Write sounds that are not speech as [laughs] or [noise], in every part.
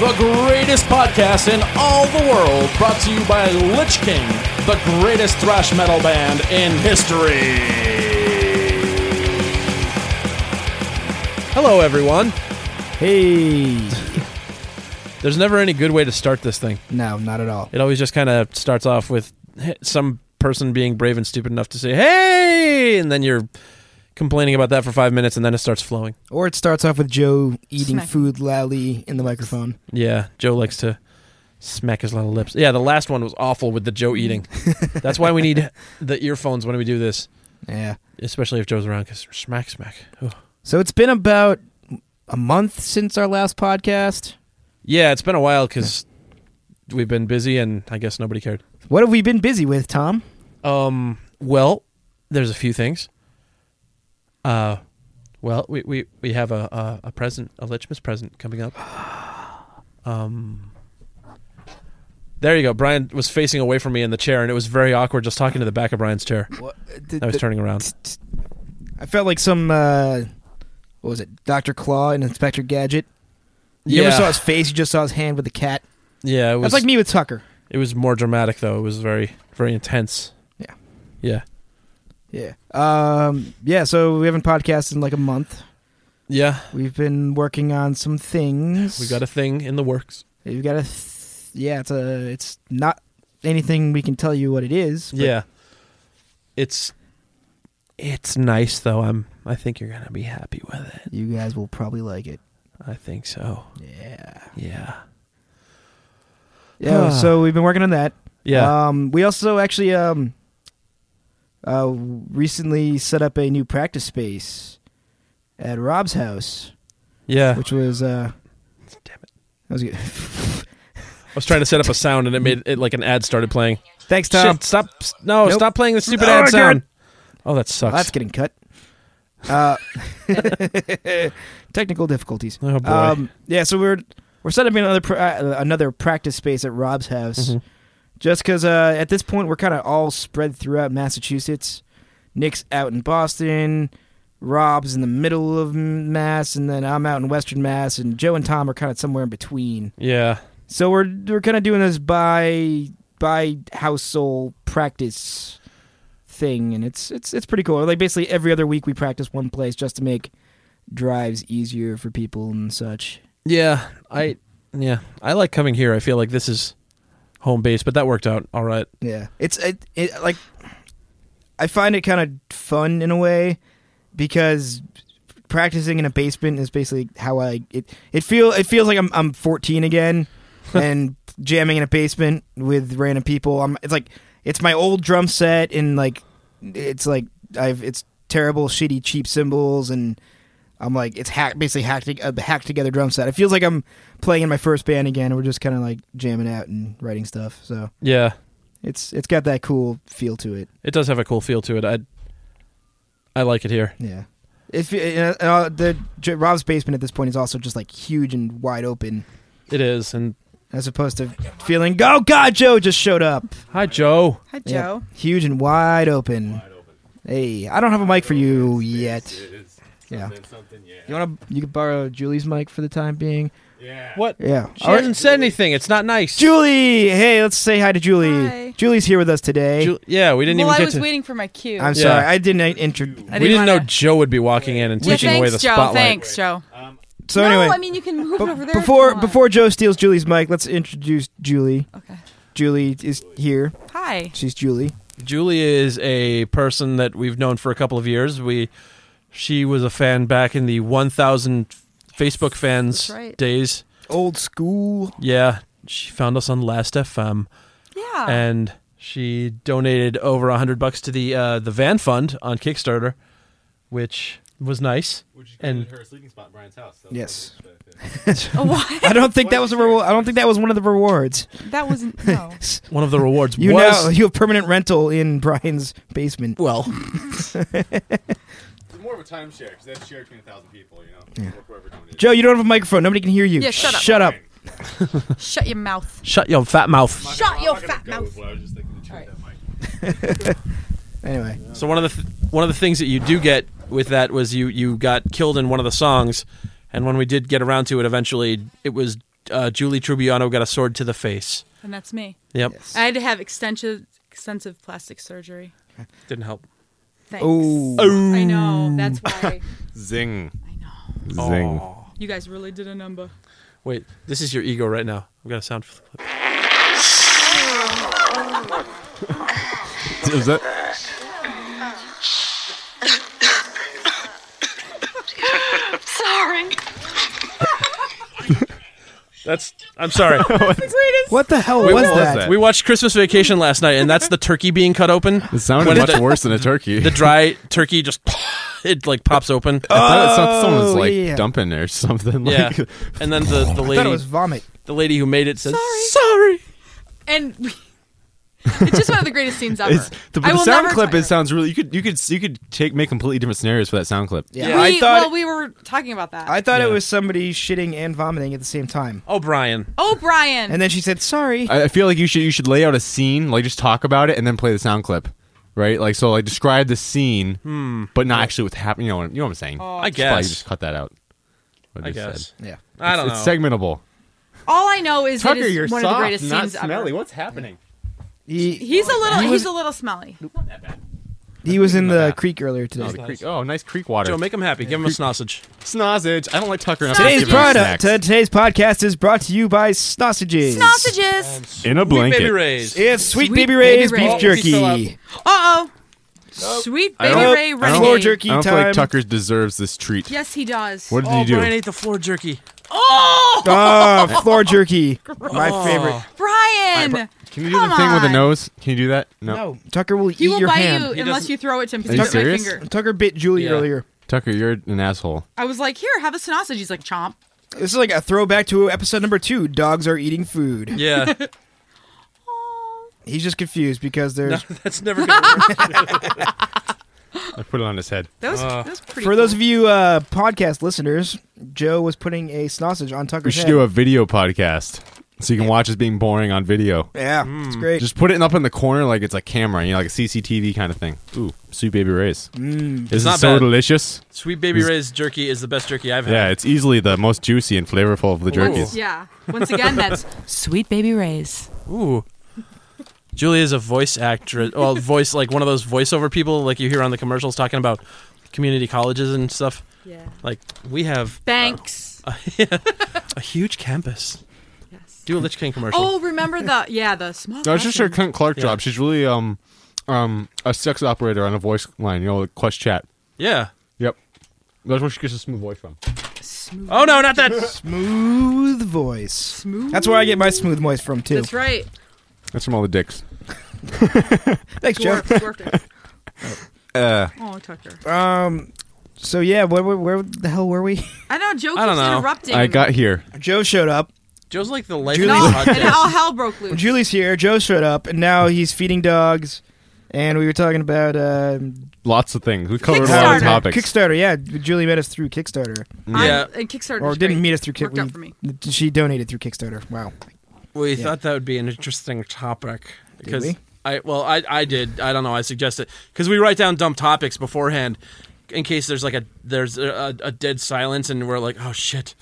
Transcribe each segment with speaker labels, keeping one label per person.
Speaker 1: the greatest podcast in all the world, brought to you by Lich King, the greatest thrash metal band in history. Hello, everyone.
Speaker 2: Hey.
Speaker 1: There's never any good way to start this thing.
Speaker 2: No, not at all.
Speaker 1: It always just kind of starts off with some person being brave and stupid enough to say, hey, and then you're complaining about that for five minutes and then it starts flowing.
Speaker 2: Or it starts off with Joe eating
Speaker 3: Smack.
Speaker 2: food loudly in the microphone.
Speaker 1: Yeah, Joe likes to smack his little lips. Yeah, the last one was awful with the Joe eating. That's why we need the earphones when we do this,
Speaker 2: Yeah.
Speaker 1: especially if Joe's around because smack, smack. Ugh.
Speaker 2: So it's been about a month since our last podcast.
Speaker 1: Yeah, it's been a while because we've been busy and I guess nobody cared.
Speaker 2: What have we been busy with, Tom?
Speaker 1: Um, well, there's a few things. Uh, well, we we, we have a, a a present, a Lichmas present coming up. Um, there you go. Brian was facing away from me in the chair, and it was very awkward just talking to the back of Brian's chair.
Speaker 2: What,
Speaker 1: I was turning around.
Speaker 2: I felt like some, uh, what was it, Dr. Claw and Inspector Gadget. You never
Speaker 1: Yeah.
Speaker 2: saw his face, you just saw his hand with the cat.
Speaker 1: Yeah, it was
Speaker 2: That's like me with Tucker.
Speaker 1: It was more dramatic though. It was very very intense.
Speaker 2: Yeah.
Speaker 1: Yeah.
Speaker 2: Yeah. Um, yeah, so we haven't podcasted in like a month.
Speaker 1: Yeah.
Speaker 2: We've been working on some things.
Speaker 1: We got a thing in the works.
Speaker 2: You've got to, th- yeah. It's a, it's not anything we can tell you what it is. but
Speaker 1: Yeah. It's it's nice though. I'm I think you're gonna be happy with it.
Speaker 2: you guys will probably like it.
Speaker 1: I think so.
Speaker 2: Yeah,
Speaker 1: Yeah.
Speaker 2: yeah.
Speaker 1: Ah.
Speaker 2: so we've been working on that.
Speaker 1: Yeah.
Speaker 2: Um, we also actually um, uh, recently set up a new practice space at Rob's house,
Speaker 1: yeah.
Speaker 2: which was uh,
Speaker 1: Damn it.
Speaker 2: that was good. [laughs]
Speaker 1: I was trying to set up a sound and it made it like an ad started playing.
Speaker 2: Thanks, Tom.
Speaker 1: Shit, stop no,
Speaker 2: Nope.
Speaker 1: stop playing the stupid
Speaker 2: Oh,
Speaker 1: ad
Speaker 2: God.
Speaker 1: sound. Oh that
Speaker 2: Oh,
Speaker 1: sucks.
Speaker 2: that's getting cut. Uh, [laughs] technical difficulties.
Speaker 1: Oh, boy.
Speaker 2: Um, yeah, so we're we're setting up another pra- uh, another practice space at Rob's house,
Speaker 1: Mhm.
Speaker 2: just because uh, at this point we're kind of all spread throughout Massachusetts. Nick's out in Boston, Rob's in the middle of M- Mass, and then I'm out in Western Mass, and Joe and Tom are kind of somewhere in between.
Speaker 1: yeah.
Speaker 2: So we're we're kind of doing this by by household practice thing, and it's it's it's pretty cool. Like basically every other week we practice one place just to make drives easier for people and such.
Speaker 1: Yeah. I yeah. I like coming here. I feel like this is home base, but that worked out all right.
Speaker 2: Yeah, it's it, it like I find it kind of fun in a way because practicing in a basement is basically how I it it feel it feels like I'm I'm 14 again and jamming in a basement with random people. I'm it's like it's my old drum set and like it's like I've it's terrible shitty cheap cymbals and I'm like it's hack basically hacked a hacked together drum set. It feels like I'm playing in my first band again. and We're just kind of like jamming out and writing stuff. So
Speaker 1: Yeah.
Speaker 2: it's it's got that cool feel to it.
Speaker 1: It does have a cool feel to it. I I like it here.
Speaker 2: Yeah. If uh, uh, the J- Rob's basement at this point is also just like huge and wide open,
Speaker 1: It is. And
Speaker 2: as opposed to feeling, oh God, Joe just showed up.
Speaker 1: hi, Joe.
Speaker 4: Hi,
Speaker 2: Yeah.
Speaker 4: Joe.
Speaker 2: Huge and wide open. Hey, I don't have a mic for you yet. Yeah. You want to? You could borrow Julie's mic for the time being.
Speaker 1: What?
Speaker 2: Yeah.
Speaker 1: She
Speaker 2: All right.
Speaker 1: hasn't said anything. It's not nice.
Speaker 2: Julie, hey, let's say hi to Julie.
Speaker 4: Hi.
Speaker 2: Julie's here with us today.
Speaker 1: Ju- yeah, we didn't
Speaker 4: well,
Speaker 1: even
Speaker 4: I
Speaker 1: get
Speaker 4: was
Speaker 1: to.
Speaker 4: waiting for my cue.
Speaker 2: I'm
Speaker 1: Yeah.
Speaker 2: sorry, I didn't introduce.
Speaker 4: I
Speaker 1: we didn't know
Speaker 4: wanna-
Speaker 1: Joe would be walking in and
Speaker 4: Yeah,
Speaker 1: taking away
Speaker 4: thanks,
Speaker 1: the
Speaker 4: Joe.
Speaker 1: spotlight.
Speaker 4: Thanks, Joe.
Speaker 2: So
Speaker 4: no,
Speaker 2: anyway,
Speaker 4: I mean you can move it
Speaker 2: But
Speaker 4: over there. if
Speaker 2: before
Speaker 4: you want.
Speaker 2: before Joe steals Julie's mic, let's introduce Julie.
Speaker 4: Okay.
Speaker 2: Julie is here.
Speaker 4: Hi.
Speaker 2: She's Julie.
Speaker 1: Julie is a person that we've known for a couple of years. We, she was a fan back in the 1,000 Facebook fans
Speaker 4: that's right.
Speaker 1: days.
Speaker 2: Old school.
Speaker 1: Yeah, she found us on Last FM,
Speaker 4: Yeah.
Speaker 1: and she donated over a hundred bucks to the uh, the Van Fund on Kickstarter, which was nice.
Speaker 4: Which
Speaker 1: And-
Speaker 4: and her sleeping spot in Brian's house. That was
Speaker 2: Yes.
Speaker 4: probably the thing.
Speaker 2: I don't think that was a reward. I don't think that was one of the rewards.
Speaker 5: That wasn't no.
Speaker 1: One of the rewards
Speaker 2: You
Speaker 1: was
Speaker 2: now you have permanent rental in Brian's basement.
Speaker 1: well,
Speaker 4: It's more of a timeshare because that's shared between a thousand people. You know, Work wherever no one is.
Speaker 2: Joe, you don't have a microphone. Nobody can hear you.
Speaker 5: Yeah, shut up.
Speaker 2: Shut up.
Speaker 5: Shut your mouth.
Speaker 1: shut your fat mouth.
Speaker 4: I'm not
Speaker 5: Shut
Speaker 4: gonna- I'm
Speaker 5: your
Speaker 4: not gonna
Speaker 5: fat
Speaker 4: go
Speaker 5: mouth.
Speaker 4: with what I was just thinking to
Speaker 5: Alright.
Speaker 4: that mic.
Speaker 2: Anyway,
Speaker 1: So one of the th- one of the things that you do get with that was you you got killed in one of the songs, and when we did get around to it, eventually it was uh, Julie Trubiano got a sword to the face.
Speaker 5: And that's me.
Speaker 1: Yep,
Speaker 5: I had to have extensive extensive plastic surgery.
Speaker 1: didn't help.
Speaker 5: Thanks.
Speaker 2: Ooh.
Speaker 5: I know. That's why
Speaker 4: [laughs] Zing.
Speaker 5: I know.
Speaker 4: Zing.
Speaker 5: You guys really did a number.
Speaker 1: Wait, this is your ego right now. I've got a sound clip.
Speaker 4: Is that?
Speaker 6: Sorry.
Speaker 1: That's. I'm sorry.
Speaker 2: what the hell
Speaker 4: Wait,
Speaker 2: was,
Speaker 4: what was
Speaker 2: that?
Speaker 1: [laughs]
Speaker 4: that?
Speaker 1: we watched Christmas Vacation last night, and that's the turkey being cut open.
Speaker 4: It sounded
Speaker 1: When
Speaker 4: much
Speaker 1: the-
Speaker 4: worse than a turkey.
Speaker 1: [laughs] The dry turkey just [laughs] it like pops open.
Speaker 4: [laughs] I thought it sounded someone's like
Speaker 2: yeah.
Speaker 4: dumping or [laughs] something.
Speaker 1: Oh, Yeah,
Speaker 4: Like,
Speaker 1: and then the the
Speaker 2: I thought
Speaker 1: lady
Speaker 2: it was vomit.
Speaker 1: the lady who made it says
Speaker 5: Sorry.
Speaker 1: sorry.
Speaker 5: And we, [laughs] it's just one of the greatest scenes ever.
Speaker 4: It's, the,
Speaker 5: I
Speaker 4: the
Speaker 5: will
Speaker 4: sound
Speaker 5: never
Speaker 4: clip
Speaker 5: tire.
Speaker 4: it sounds really you could you could you could take make completely different scenarios for that sound clip.
Speaker 2: Yeah,
Speaker 5: We,
Speaker 2: I thought
Speaker 5: well, we were talking about that.
Speaker 2: I thought
Speaker 1: Yeah.
Speaker 2: it was somebody shitting and vomiting at the same time.
Speaker 1: Oh Brian,
Speaker 5: oh, Brian.
Speaker 2: And then she said, "Sorry."
Speaker 4: I, I feel like you should you should lay out a scene, like just talk about it and then play the sound clip. Right? Like so like describe the scene but not actually what's happening. You know what you know what I'm saying.
Speaker 1: Hmm. Oh, I
Speaker 4: Just probably
Speaker 1: guess.
Speaker 4: just cut that out. what
Speaker 1: I
Speaker 4: you said.
Speaker 1: guess.
Speaker 2: yeah.
Speaker 1: I
Speaker 4: It's-
Speaker 1: don't know.
Speaker 4: It's segmentable.
Speaker 5: All I know is
Speaker 4: Tucker,
Speaker 5: it is
Speaker 4: you're
Speaker 5: one
Speaker 4: soft,
Speaker 5: of the greatest
Speaker 4: not
Speaker 5: scenes
Speaker 4: smelly.
Speaker 5: ever. Oh,
Speaker 4: What's happening?
Speaker 2: He
Speaker 5: He's a little. he's a little smelly.
Speaker 2: he was in
Speaker 4: my
Speaker 2: the
Speaker 4: bath.
Speaker 2: creek earlier today.
Speaker 4: Oh, the creek. Oh, nice creek water.
Speaker 1: Joe, make him happy. Give him a sausage.
Speaker 4: Snozzage. I don't like Tucker enough. to
Speaker 2: Today's
Speaker 4: give him
Speaker 2: product, uh,
Speaker 4: snacks.
Speaker 2: today's podcast is brought to you by Sausages.
Speaker 5: Sausages.
Speaker 4: in a blanket.
Speaker 1: Baby Ray's.
Speaker 2: It's Sweet,
Speaker 5: Sweet
Speaker 2: Baby
Speaker 5: Baby
Speaker 2: Ray's
Speaker 5: Ray's.
Speaker 2: beef
Speaker 5: Oh, he's
Speaker 2: jerky.
Speaker 1: still
Speaker 5: Uh oh. Sweet
Speaker 4: I
Speaker 5: baby
Speaker 4: don't-
Speaker 5: Ray
Speaker 4: I don't-
Speaker 5: Renegade.
Speaker 2: Floor jerky
Speaker 4: I don't feel
Speaker 2: time.
Speaker 4: like Tucker deserves this treat.
Speaker 5: Yes, he does.
Speaker 4: What did
Speaker 1: Oh,
Speaker 4: he do?
Speaker 1: Brian ate the floor jerky.
Speaker 5: Oh, [laughs]
Speaker 2: Ah, floor jerky. My favorite.
Speaker 5: Brian.
Speaker 4: Can you do
Speaker 5: Come
Speaker 4: the thing with the
Speaker 5: on.
Speaker 4: nose? Can you do that?
Speaker 2: No, Tucker will
Speaker 5: He
Speaker 2: eat
Speaker 5: will
Speaker 2: your
Speaker 5: bite
Speaker 2: hand.
Speaker 5: you
Speaker 1: He
Speaker 5: unless
Speaker 1: doesn't-
Speaker 5: you throw it to him
Speaker 4: Are you
Speaker 5: because he bit my
Speaker 4: serious?
Speaker 5: finger.
Speaker 2: Tucker bit Julie
Speaker 1: Yeah.
Speaker 2: earlier.
Speaker 4: Tucker, you're an asshole.
Speaker 5: I was like, here, have a sausage. He's like, chomp.
Speaker 2: This is like a throwback to episode number two. Dogs are eating food.
Speaker 1: Yeah,
Speaker 5: Oh.
Speaker 2: He's just confused because
Speaker 4: [laughs]
Speaker 2: there's.
Speaker 1: [laughs] that's never gonna work.
Speaker 4: I put it on his head.
Speaker 5: That was,
Speaker 1: Uh,
Speaker 5: that was pretty
Speaker 2: For those of you uh, podcast listeners, Joe was putting a sausage on Tucker's
Speaker 4: We should
Speaker 2: head.
Speaker 4: do a video podcast so you can watch us being boring on video.
Speaker 2: Yeah, it's great.
Speaker 4: Mm. Just put it up in the corner like it's a camera, you know, like a CCTV kind of thing. Ooh, sweet baby rays. Mm. This
Speaker 1: not
Speaker 4: is so
Speaker 1: bad.
Speaker 4: delicious.
Speaker 1: [laughs] Sweet Baby Ray's jerky is the best jerky I've had.
Speaker 4: Yeah, it's easily the most juicy and flavorful of the
Speaker 5: Once,
Speaker 4: jerkies.
Speaker 5: yeah. Once again, that's sweet baby Ray's.
Speaker 1: Ooh. Julie is a voice actress. Well, voice like one of those voiceover people like you hear on the commercials talking about community colleges and stuff.
Speaker 5: Yeah.
Speaker 1: Like we have
Speaker 5: Banks.
Speaker 4: Uh,
Speaker 1: a huge campus.
Speaker 5: yes.
Speaker 1: Do a Lich King commercial.
Speaker 5: Oh, remember the yeah the small.
Speaker 4: That's just her
Speaker 5: classroom.
Speaker 4: Clint Clark
Speaker 1: Yeah.
Speaker 4: job. She's really um um a sex operator on a voice line, you know, like Quest Chat.
Speaker 1: Yeah.
Speaker 4: Yep. That's where she gets a smooth voice from.
Speaker 5: Smooth.
Speaker 1: Oh no, not that.
Speaker 2: smooth voice.
Speaker 5: Smooth.
Speaker 2: That's where I get my smooth voice from too.
Speaker 5: That's right.
Speaker 4: That's from all the dicks.
Speaker 2: Thanks, Joe.
Speaker 5: Dwarf, dwarf it.
Speaker 4: Uh,
Speaker 5: Oh, Tucker.
Speaker 2: Um. So yeah, where, where, where the hell were we?
Speaker 5: I know Joe keeps
Speaker 1: I don't know.
Speaker 5: interrupting.
Speaker 4: I got here.
Speaker 2: [laughs] Joe showed up.
Speaker 1: Joe's like the life
Speaker 2: Julie's-
Speaker 5: no,
Speaker 1: of the
Speaker 5: and
Speaker 1: podcast.
Speaker 5: all hell broke loose.
Speaker 2: Julie's here. Joe showed up, and now he's feeding dogs. And we were talking about uh,
Speaker 4: Lots of things. We covered a lot
Speaker 5: Kickstarter.
Speaker 4: of topics.
Speaker 2: Kickstarter. Yeah, Julie met us through Kickstarter,
Speaker 5: I'm-
Speaker 1: Yeah.
Speaker 5: and Kickstarter
Speaker 2: or
Speaker 5: was
Speaker 2: didn't
Speaker 5: great.
Speaker 2: meet us through
Speaker 5: Worked out for
Speaker 2: Kickstarter.
Speaker 5: me.
Speaker 2: She donated through Kickstarter. Wow.
Speaker 1: We
Speaker 2: Yeah.
Speaker 1: thought that would be an interesting topic because
Speaker 2: we?
Speaker 1: I well I I did I don't know I suggested because we write down dumb topics beforehand in case there's like a there's a, a, a dead silence and we're like oh shit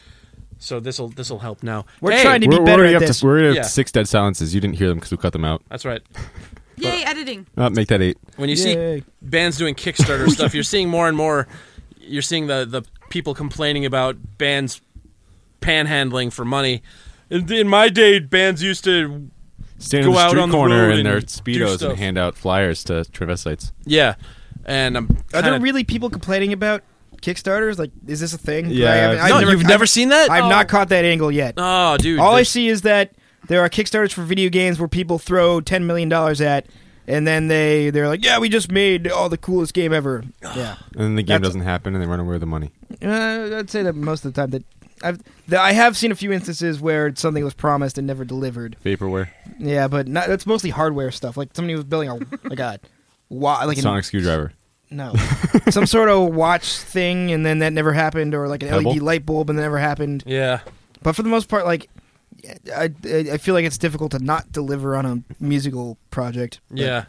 Speaker 1: so this will this will help now
Speaker 2: We're
Speaker 1: Hey!
Speaker 2: trying to be
Speaker 4: We're, we're
Speaker 2: better
Speaker 4: already
Speaker 2: at
Speaker 4: up
Speaker 2: this.
Speaker 4: to, we're already up to
Speaker 1: Yeah.
Speaker 4: six dead silences. You didn't hear them because we cut them out.
Speaker 1: that's right
Speaker 5: Yay, editing.
Speaker 4: Uh, make that eight.
Speaker 1: when you
Speaker 2: Yay.
Speaker 1: see bands doing
Speaker 2: [laughs]
Speaker 1: Kickstarter stuff you're seeing more and more you're seeing the the people complaining about bands panhandling for money in, in my day bands used to
Speaker 4: Stand
Speaker 1: Go
Speaker 4: in the
Speaker 1: out
Speaker 4: street
Speaker 1: on the
Speaker 4: corner
Speaker 1: road
Speaker 4: in their
Speaker 1: and do
Speaker 4: speedos
Speaker 1: stuff.
Speaker 4: and hand out flyers to transvestites.
Speaker 1: yeah and I'm
Speaker 2: Are
Speaker 1: kinda-
Speaker 2: there really people complaining about Kickstarters? Like, is this a thing?
Speaker 4: Yeah.
Speaker 2: I haven't- I've
Speaker 1: no you've
Speaker 2: I've-
Speaker 1: never seen that
Speaker 2: I've not
Speaker 5: Oh.
Speaker 2: caught that angle yet.
Speaker 1: oh dude
Speaker 2: All I
Speaker 1: there's-
Speaker 2: see is that there are Kickstarters for video games where people throw ten million dollars at, and then they they're like, yeah, we just made all the coolest game ever. Yeah,
Speaker 4: And then the game
Speaker 2: That's-
Speaker 4: doesn't happen, and they run away with the money.
Speaker 2: uh, I'd say that most of the time that I've that I have seen a few instances where something was promised and never delivered.
Speaker 4: Vaporware,
Speaker 2: Yeah, but not, that's mostly hardware stuff. Like somebody was building a like a wa- like an,
Speaker 4: sonic screwdriver.
Speaker 2: no some sort of watch thing, and then that never happened, or like an
Speaker 4: Pebble?
Speaker 2: LED light bulb and that never happened.
Speaker 1: Yeah.
Speaker 2: But for the most part, like I, I I feel like it's difficult to not deliver on a musical project. But
Speaker 1: Yeah.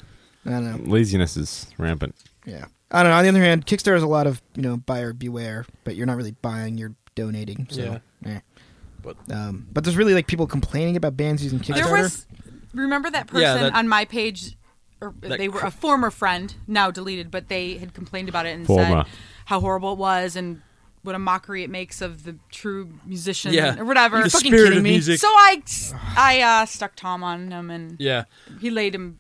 Speaker 2: I don't know.
Speaker 4: Laziness is rampant.
Speaker 2: Yeah, I don't know. On the other hand, Kickstarter has a lot of you know buyer beware, but you're not really buying, you're donating. So, yeah.
Speaker 1: But-
Speaker 2: um, but there's really like people complaining about bands using Kickstarter.
Speaker 5: There was. Remember that person
Speaker 1: Yeah, that-
Speaker 5: on my page? Or
Speaker 1: That
Speaker 5: they were
Speaker 1: cr-
Speaker 5: a former friend, now deleted, but they had complained about it and
Speaker 4: Former.
Speaker 5: said how horrible it was and what a mockery it makes of the true musician
Speaker 1: Yeah.
Speaker 5: or whatever.
Speaker 1: The
Speaker 2: fucking
Speaker 1: spirit
Speaker 2: kidding
Speaker 1: of
Speaker 2: me?
Speaker 1: music.
Speaker 5: So I, I uh, stuck Tom on him and
Speaker 1: yeah.
Speaker 5: he laid him.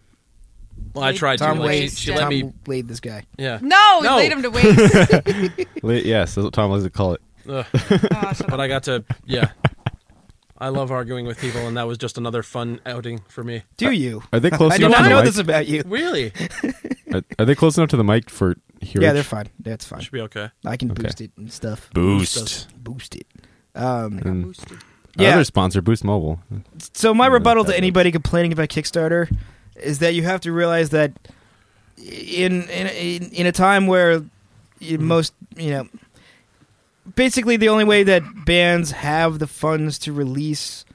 Speaker 1: Well, I
Speaker 5: Wait,
Speaker 1: tried
Speaker 2: Tom
Speaker 1: to.
Speaker 5: Waits,
Speaker 1: Like, she
Speaker 2: laid
Speaker 5: waste,
Speaker 1: she
Speaker 5: yeah.
Speaker 1: let
Speaker 2: Tom
Speaker 1: me.
Speaker 2: laid this guy.
Speaker 5: [laughs]
Speaker 1: Yeah.
Speaker 5: No,
Speaker 1: No.
Speaker 5: he laid him to
Speaker 1: [laughs]
Speaker 5: waste.
Speaker 4: La- yes, that's what Tom likes to call it.
Speaker 1: Ugh.
Speaker 5: Oh, shut
Speaker 1: But I got to. Yeah. I love arguing with people, and that was just another fun outing for me.
Speaker 2: Do you? [laughs]
Speaker 4: Are they close
Speaker 2: I do
Speaker 4: enough
Speaker 2: not
Speaker 4: to the
Speaker 2: know
Speaker 4: mic?
Speaker 2: this about you.
Speaker 1: Really?
Speaker 4: Are, are they close enough to the mic for hearing?
Speaker 2: Yeah, they're fine. That's fine.
Speaker 1: Should be okay.
Speaker 2: I can
Speaker 4: Okay.
Speaker 2: boost it and stuff.
Speaker 4: Boost.
Speaker 2: Boost it. Um,
Speaker 5: up.
Speaker 4: And
Speaker 5: Boosted.
Speaker 4: our
Speaker 2: Yeah.
Speaker 4: other sponsor, Boost Mobile.
Speaker 2: so my
Speaker 4: Yeah,
Speaker 2: rebuttal
Speaker 4: that
Speaker 2: to
Speaker 4: would-
Speaker 2: anybody complaining about Kickstarter is that you have to realize that in in in, in a time where you- most you know basically the only way that bands have the funds to release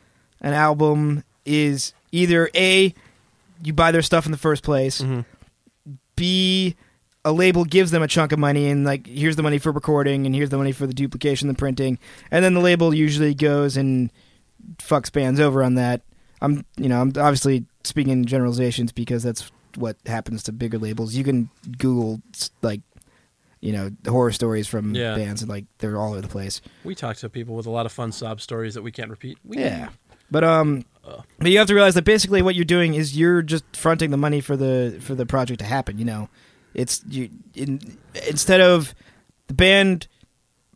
Speaker 2: an album is either a you buy their stuff in the first place
Speaker 1: Mhm.
Speaker 2: b a label gives them a chunk of money and like here's the money for recording and here's the money for the duplication the printing and then the label usually goes and fucks bands over on that i'm you know i'm obviously speaking in generalizations because that's what happens to bigger labels you can google s- like you know horror stories from
Speaker 1: Yeah.
Speaker 2: bands and like they're all over the place
Speaker 1: We talk to people with a lot of fun sob stories that we can't repeat. We
Speaker 2: yeah but um but you have to realize that basically what you're doing is you're just fronting the money for the for the project to happen you know it's you in, instead of the band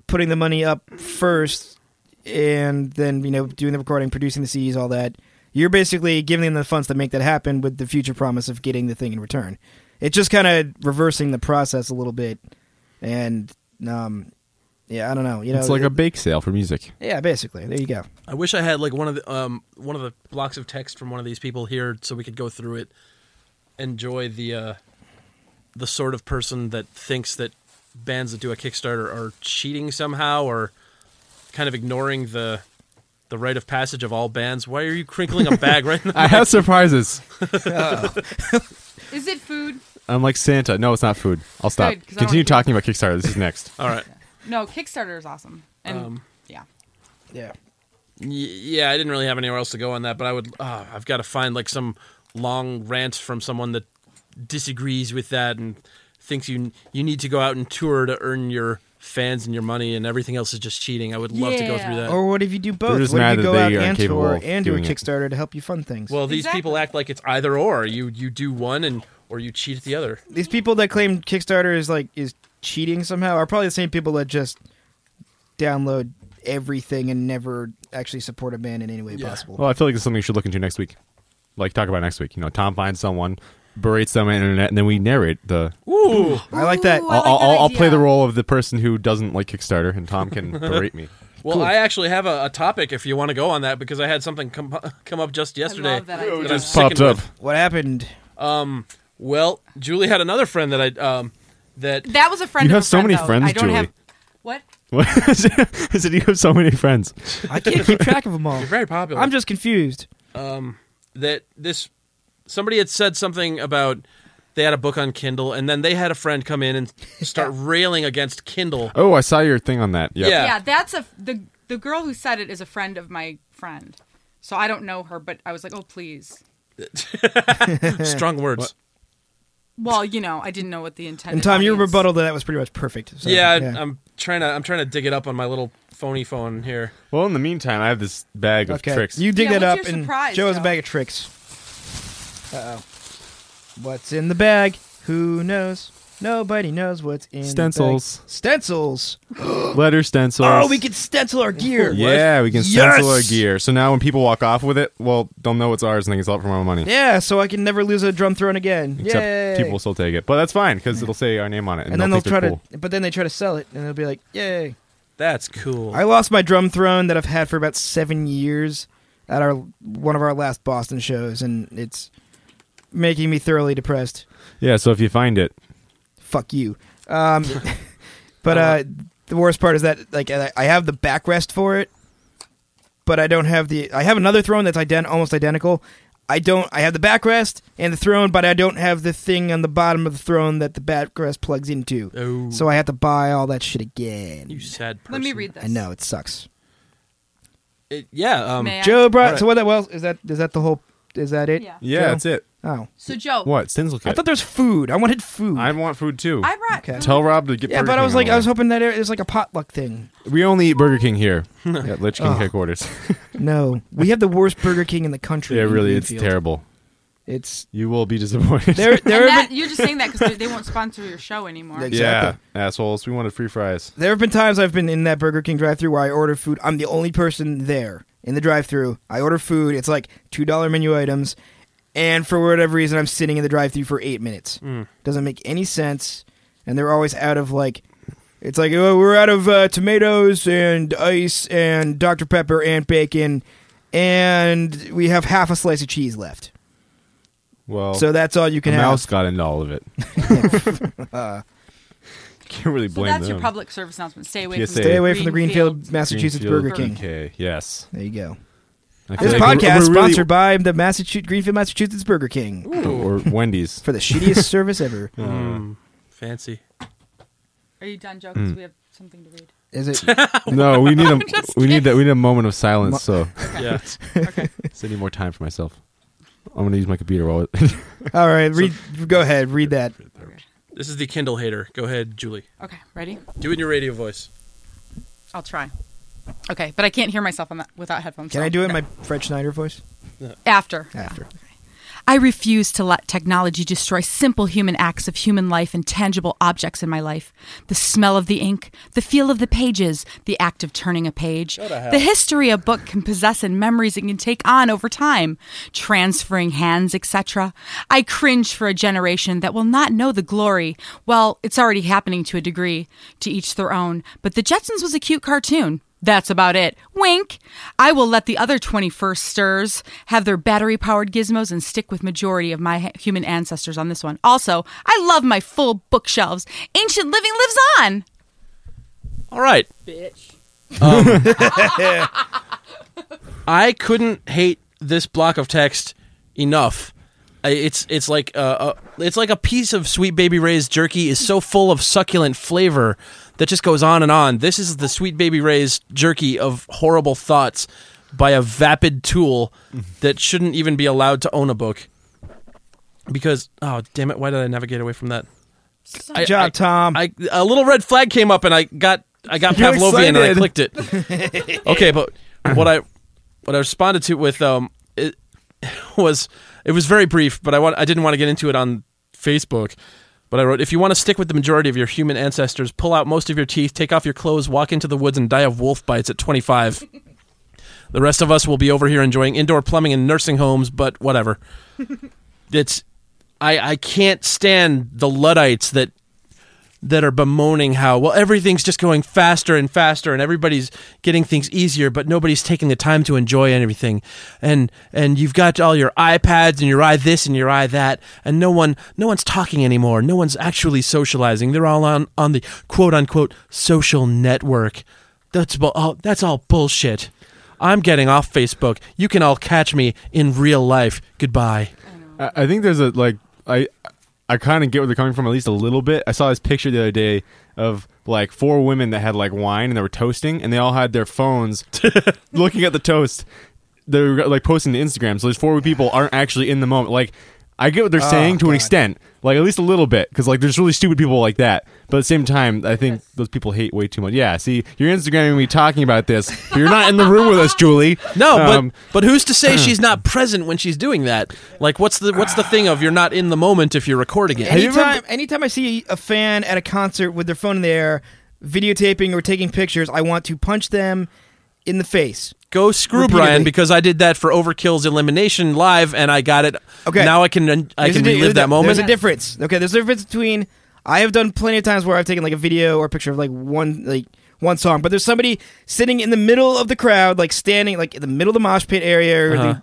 Speaker 2: putting the money up first and then you know doing the recording producing the cds all that you're basically giving them the funds to make that happen with the future promise of getting the thing in return it's just kind of reversing the process a little bit and um yeah i don't know you know
Speaker 4: It's like
Speaker 2: it-
Speaker 4: a bake sale for music.
Speaker 2: yeah basically there you go
Speaker 1: I wish I had like one of the um one of the blocks of text from one of these people here, so we could go through it, enjoy the uh, the sort of person that thinks that bands that do a Kickstarter are cheating somehow or kind of ignoring the the rite of passage of all bands. Why are you crinkling a bag right now? [laughs]
Speaker 4: I have surprises.
Speaker 5: Is it food?
Speaker 4: I'm like Santa. No, it's not food. I'll stop.
Speaker 5: Good, 'cause I
Speaker 4: Continue
Speaker 5: wanna-
Speaker 4: talking about Kickstarter. This is next.
Speaker 1: All right.
Speaker 5: No, Kickstarter is awesome. And
Speaker 1: Um,
Speaker 5: yeah,
Speaker 2: yeah
Speaker 1: Y- yeah, I didn't really have anywhere else to go on that, but I would. Uh, I've got to find like some long rant from someone that disagrees with that and thinks you you need to go out and tour to earn your fans and your money, and everything else is just cheating. I would love to go
Speaker 5: Yeah.
Speaker 1: through
Speaker 4: Oh,
Speaker 1: that.
Speaker 2: Or what if you do both?
Speaker 4: Uh, just
Speaker 2: What
Speaker 4: mad
Speaker 2: if
Speaker 4: that
Speaker 2: you go
Speaker 4: they
Speaker 2: out
Speaker 4: are
Speaker 2: and
Speaker 4: incapable
Speaker 2: tour
Speaker 4: of
Speaker 2: and do a
Speaker 4: doing it.
Speaker 2: Kickstarter to help you fund things?
Speaker 1: well, these
Speaker 5: Exactly.
Speaker 1: people act like it's either or. You you do one and or you cheat at the other.
Speaker 2: these people that claim Kickstarter is like is cheating somehow are probably the same people that just download everything and never actually support a band in any way
Speaker 1: Yeah.
Speaker 2: possible.
Speaker 4: Well, I feel like it's something we should look into next week. Like talk about next week. You know, Tom finds someone, berates them on the internet, and then we narrate the.
Speaker 1: Ooh,
Speaker 2: I like that.
Speaker 5: Ooh,
Speaker 4: I'll,
Speaker 5: like that
Speaker 4: I'll, I'll play
Speaker 5: idea.
Speaker 4: the role of the person who doesn't like Kickstarter, and Tom [laughs] can berate me.
Speaker 1: well, I actually have a, a topic if you want to go on that because I had something come come up just yesterday.
Speaker 5: love that idea.
Speaker 1: I'm
Speaker 5: Just
Speaker 1: sticking
Speaker 4: Popped up.
Speaker 1: with.
Speaker 2: What happened?
Speaker 1: Well, Julie had another friend that I um that
Speaker 5: that was a friend.
Speaker 4: You
Speaker 5: of
Speaker 4: have
Speaker 5: a
Speaker 4: so
Speaker 5: friend,
Speaker 4: many
Speaker 5: though.
Speaker 4: friends,
Speaker 5: I don't
Speaker 4: Julie.
Speaker 5: have. What?
Speaker 4: What? [laughs] I said you have so many friends.
Speaker 2: I can't keep track of
Speaker 1: [laughs]
Speaker 2: them all.
Speaker 1: very popular.
Speaker 2: I'm just confused.
Speaker 1: that this somebody had said something about they had a book on Kindle, and then they had a friend come in and start railing against Kindle.
Speaker 4: Oh, I saw your thing on that. Yep.
Speaker 1: Yeah.
Speaker 5: Yeah. that's a the the girl who said it is a friend of my friend. So I don't know her, but I was like, oh please.
Speaker 1: Strong words.
Speaker 5: Well, you know, I didn't know what the intent.
Speaker 2: And Tom, your
Speaker 5: audience-
Speaker 2: rebuttal to that was pretty much perfect. So,
Speaker 1: yeah, I- I'm trying to I'm trying to dig it up on my little phony phone here.
Speaker 4: Well, in the meantime, I have this bag of
Speaker 2: okay.
Speaker 4: tricks.
Speaker 2: You dig
Speaker 5: Yeah,
Speaker 2: that
Speaker 5: what's
Speaker 2: up,
Speaker 5: your
Speaker 2: and
Speaker 5: surprise,
Speaker 2: Joe has a
Speaker 5: Joe?
Speaker 2: bag of tricks. Uh oh. What's in the bag? Who knows? Nobody knows what's in the bag.
Speaker 4: Stencils.
Speaker 2: Stencils.
Speaker 4: Letter stencils.
Speaker 2: Oh, we can stencil our gear.
Speaker 4: [laughs] Yeah, we can stencil our
Speaker 2: Yes!
Speaker 4: gear. So now when people walk off with it, well, they'll know it's ours and they can sell it for my own money.
Speaker 2: Yeah, so I can never lose a drum throne again.
Speaker 4: Except
Speaker 2: Yay.
Speaker 4: people will still take it, but that's fine because it'll say our name on it, and,
Speaker 2: and then they'll
Speaker 4: think
Speaker 2: try
Speaker 4: they're
Speaker 2: to,
Speaker 4: cool.
Speaker 2: but then they try to sell it, and they'll be like, "Yay!"
Speaker 1: That's cool.
Speaker 2: I lost my drum throne that I've had for about seven years at our one of our last Boston shows, and it's making me thoroughly depressed.
Speaker 4: Yeah, so if you find it,
Speaker 2: Fuck you. Um, [laughs] but uh, the worst part is that like I I have the backrest for it, but I don't have the. I have another throne that's ident- almost identical. I don't. I have the backrest and the throne, but I don't have the thing on the bottom of the throne that the backrest plugs into.
Speaker 1: Oh,
Speaker 2: So I have to buy all that shit again.
Speaker 1: you sad person.
Speaker 5: Let me read this.
Speaker 2: I know it sucks.
Speaker 1: It, yeah. Um,
Speaker 5: May I?
Speaker 2: Joe brought.
Speaker 1: Alright.
Speaker 2: So what that was is that is that the whole is that it?
Speaker 5: Yeah.
Speaker 4: yeah,
Speaker 2: Joe?
Speaker 4: that's it.
Speaker 2: Oh,
Speaker 5: So Joe,
Speaker 4: What stencil kit?
Speaker 2: I thought there was food. I wanted food.
Speaker 4: I want food too.
Speaker 5: I brought
Speaker 2: Okay.
Speaker 4: Tell Rob to get.
Speaker 2: yeah,
Speaker 4: Burger
Speaker 2: but I
Speaker 4: King
Speaker 2: was
Speaker 4: on
Speaker 2: like,
Speaker 4: the
Speaker 2: I
Speaker 4: way.
Speaker 2: was hoping that it was like a potluck thing.
Speaker 4: We only eat Burger
Speaker 2: [laughs]
Speaker 4: King here at Lich King
Speaker 2: Oh. [laughs]
Speaker 4: headquarters. [laughs]
Speaker 2: No, we have the worst Burger King in the country.
Speaker 4: yeah,
Speaker 2: in
Speaker 4: really, it's
Speaker 2: Greenfield.
Speaker 4: terrible.
Speaker 2: It's
Speaker 4: You will be disappointed.
Speaker 2: there.
Speaker 5: [laughs] And
Speaker 2: There have
Speaker 5: that-
Speaker 2: been
Speaker 5: you're just saying that because they won't sponsor your show anymore.
Speaker 2: Like-
Speaker 4: [laughs] yeah,
Speaker 2: Exactly.
Speaker 4: assholes. We wanted free fries.
Speaker 2: there have been times I've been in that Burger King drive-through where I order food. I'm the only person there in the drive-through. I order food. It's like two dollar menu items, and for whatever reason, I'm sitting in the drive-through for eight minutes.
Speaker 4: Hmm.
Speaker 2: Doesn't make any sense, and they're always out of like. It's like oh, we're out of uh, tomatoes and ice and Dr Pepper and bacon, and we have half a slice of cheese left.
Speaker 4: Well,
Speaker 2: So that's all you
Speaker 4: the
Speaker 2: can have.
Speaker 4: Oh. mouse got into
Speaker 2: [laughs]
Speaker 4: all of it.
Speaker 2: Uh,
Speaker 4: Can't really
Speaker 5: So
Speaker 4: blame
Speaker 5: that's
Speaker 4: them.
Speaker 5: your public service announcement. Stay away
Speaker 4: PSA.
Speaker 5: from
Speaker 2: Stay away from the Greenfield, Massachusetts
Speaker 4: Greenfield
Speaker 2: Burger King.
Speaker 4: Okay, yes.
Speaker 2: There you go.
Speaker 4: I feel
Speaker 2: This
Speaker 4: like we're-
Speaker 2: podcast
Speaker 4: we're really-
Speaker 2: sponsored by the Massachusetts Greenfield, Massachusetts Burger King
Speaker 4: or
Speaker 2: [laughs]
Speaker 4: Wendy's.
Speaker 2: for the
Speaker 4: [laughs]
Speaker 2: shittiest service ever.
Speaker 1: mm,
Speaker 5: [laughs]
Speaker 1: fancy.
Speaker 5: Are you done, Joe? Because
Speaker 2: Hmm.
Speaker 5: we have something to read.
Speaker 2: Is it?
Speaker 4: [laughs] No,
Speaker 5: [laughs]
Speaker 4: we need a we need that we need a moment of silence. So
Speaker 1: Yeah.
Speaker 4: so I need more time for myself. I'm gonna use my computer while.
Speaker 2: All right, read. go ahead, read
Speaker 4: [laughs]
Speaker 2: that.
Speaker 1: This is the Kindle hater. Go ahead, Julie.
Speaker 5: Okay, ready?
Speaker 1: Do it in your radio voice.
Speaker 5: I'll try. Okay, but I can't hear myself on that without headphones.
Speaker 2: Can
Speaker 5: so-
Speaker 2: I do it in
Speaker 5: no.
Speaker 2: my Fred Schneider voice?
Speaker 5: after?
Speaker 2: After.
Speaker 5: I refuse to let technology destroy simple human acts of human life and tangible objects in my life. The smell of the ink, the feel of the pages, the act of turning a page, the history a book can possess and memories it can take on over time, transferring hands, etc. I cringe for a generation that will not know the glory. Well, it's already happening to a degree, to each their own, but The Jetsons was a cute cartoon. That's about it. Wink. I will let the other 21st stirs have their battery powered gizmos and stick with majority of my h- human ancestors on this one. Also, I love my full bookshelves. Ancient living lives on.
Speaker 1: All right. Um,
Speaker 5: Bitch.
Speaker 1: I couldn't hate this block of text enough. I- It's it's like a, a it's like a piece of Sweet Baby Ray's jerky is so full of succulent flavor that just goes on and on. This is the Sweet Baby Ray's jerky of horrible thoughts by a vapid tool that shouldn't even be allowed to own a book. Because oh damn it, why did I never get away from that? I-
Speaker 2: Good job,
Speaker 1: I-
Speaker 2: Tom.
Speaker 1: I a little red flag came up and I got I got
Speaker 4: Um, You're
Speaker 1: Pavlovian and I
Speaker 4: excited.
Speaker 1: clicked it.
Speaker 4: [laughs]
Speaker 1: okay, but what I what I responded to with um it was it was very brief, but I want I didn't want to get into it on Facebook. But I wrote, if you want to stick with the majority of your human ancestors, pull out most of your teeth, take off your clothes, walk into the woods, and die of wolf bites at 25. the rest of us will be over here enjoying indoor plumbing and nursing homes, but whatever. it's, I, I can't stand the Luddites that that are bemoaning how well everything's just going faster and faster and everybody's getting things easier but nobody's taking the time to enjoy anything and and you've got all your iPads and your eye this and your eye that and no one no one's talking anymore no one's actually socializing they're all on on the quote unquote social network that's bu- all that's all bullshit I'm getting off Facebook you can all catch me in real life goodbye
Speaker 4: I, I think there's a like I I kind of get where they're coming from at least a little bit. I saw this picture the other day of like four women that had like wine and they were toasting and they all had their phones
Speaker 1: [laughs]
Speaker 4: looking at the toast. They were like posting to Instagram. So there's four people aren't actually in the moment. Like I get what
Speaker 1: Oh,
Speaker 4: they're saying to an extent, like at least a little bit, because like there's really stupid people like that. But at the same time, I think those people hate way too much. Yeah, see, you're Instagramming me talking about this, but you're not in the room with us, Julie.
Speaker 1: No,
Speaker 4: Um,
Speaker 1: but but who's to say she's not present when she's doing that? Like, what's the what's the thing of you're not in the moment if you're recording it?
Speaker 4: you ever-
Speaker 2: Anytime, anytime I see a fan at a concert with their phone in the air, videotaping or taking pictures, I want to punch them in the face.
Speaker 1: Go screw
Speaker 2: Repeatedly.
Speaker 1: Brian because I did that for Overkill's Elimination live, and I got it.
Speaker 2: Okay.
Speaker 1: now I can I
Speaker 2: There's a
Speaker 1: can
Speaker 2: di-
Speaker 1: relive
Speaker 2: there's a-
Speaker 1: that moment.
Speaker 2: There's a difference. Okay, there's a difference between I have done plenty of times where I've taken like a video or a picture of like one like one song, but there's somebody sitting in the middle of the crowd, like standing like in the middle of the mosh pit area, or
Speaker 1: Uh-huh.
Speaker 2: the,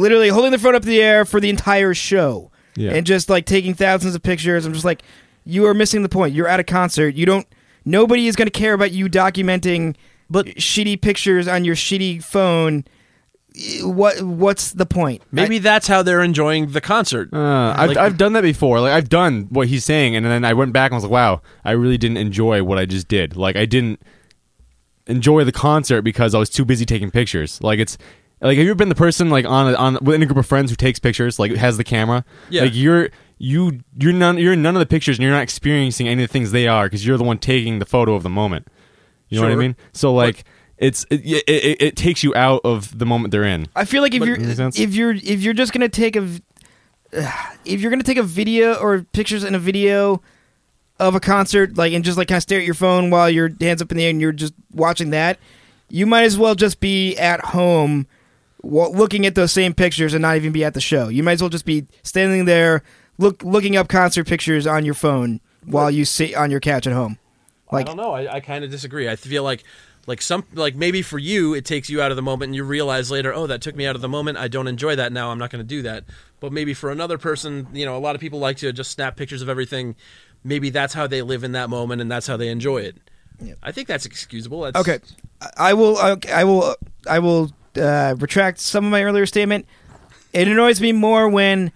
Speaker 2: literally holding their phone up in the air for the entire show,
Speaker 4: Yeah.
Speaker 2: and just like taking thousands of pictures. I'm just like, you are missing the point. You're at a concert. You don't. Nobody is going to care about you documenting
Speaker 1: But-
Speaker 2: shitty pictures on your shitty phone. What what's the point?
Speaker 1: Maybe that's how they're enjoying the concert.
Speaker 4: Uh,
Speaker 1: Like-
Speaker 4: I've, I've done that before. Like I've done what he's saying, and then I went back and was like, "Wow, I really didn't enjoy what I just did. Like I didn't enjoy the concert because I was too busy taking pictures. Like it's like have you ever been the person like on a, on within a group of friends who takes pictures, like has the camera?
Speaker 1: Yeah.
Speaker 4: Like you're you you're none you're in none of the pictures, and you're not experiencing any of the things they are because you're the one taking the photo of the moment. You know what
Speaker 1: Sure.
Speaker 4: I mean? So like it's it, it, it, it takes you out of the moment they're in.
Speaker 2: I feel like if
Speaker 4: But-
Speaker 2: you're
Speaker 4: Makes sense.
Speaker 2: if you're if you're just gonna take a v- [sighs] if you're gonna take a video or pictures in a video of a concert, like and just like kind of stare at your phone while your hands up in the air and you're just watching that, you might as well just be at home wa- looking at those same pictures and not even be at the show. You might as well just be standing there look looking up concert pictures on your phone while you sit on your couch at home. Like
Speaker 1: I don't know. I, I kind of disagree. I feel like like some like maybe for you it takes you out of the moment and you realize later, oh, that took me out of the moment. I don't enjoy that now. I'm not going to do that. But maybe for another person, you know, a lot of people like to just snap pictures of everything. Maybe that's how they live in that moment and that's how they enjoy it. I think that's excusable. That's,
Speaker 2: Okay, I I will. okay, I will. I will uh, retract some of my earlier statement. It annoys me more when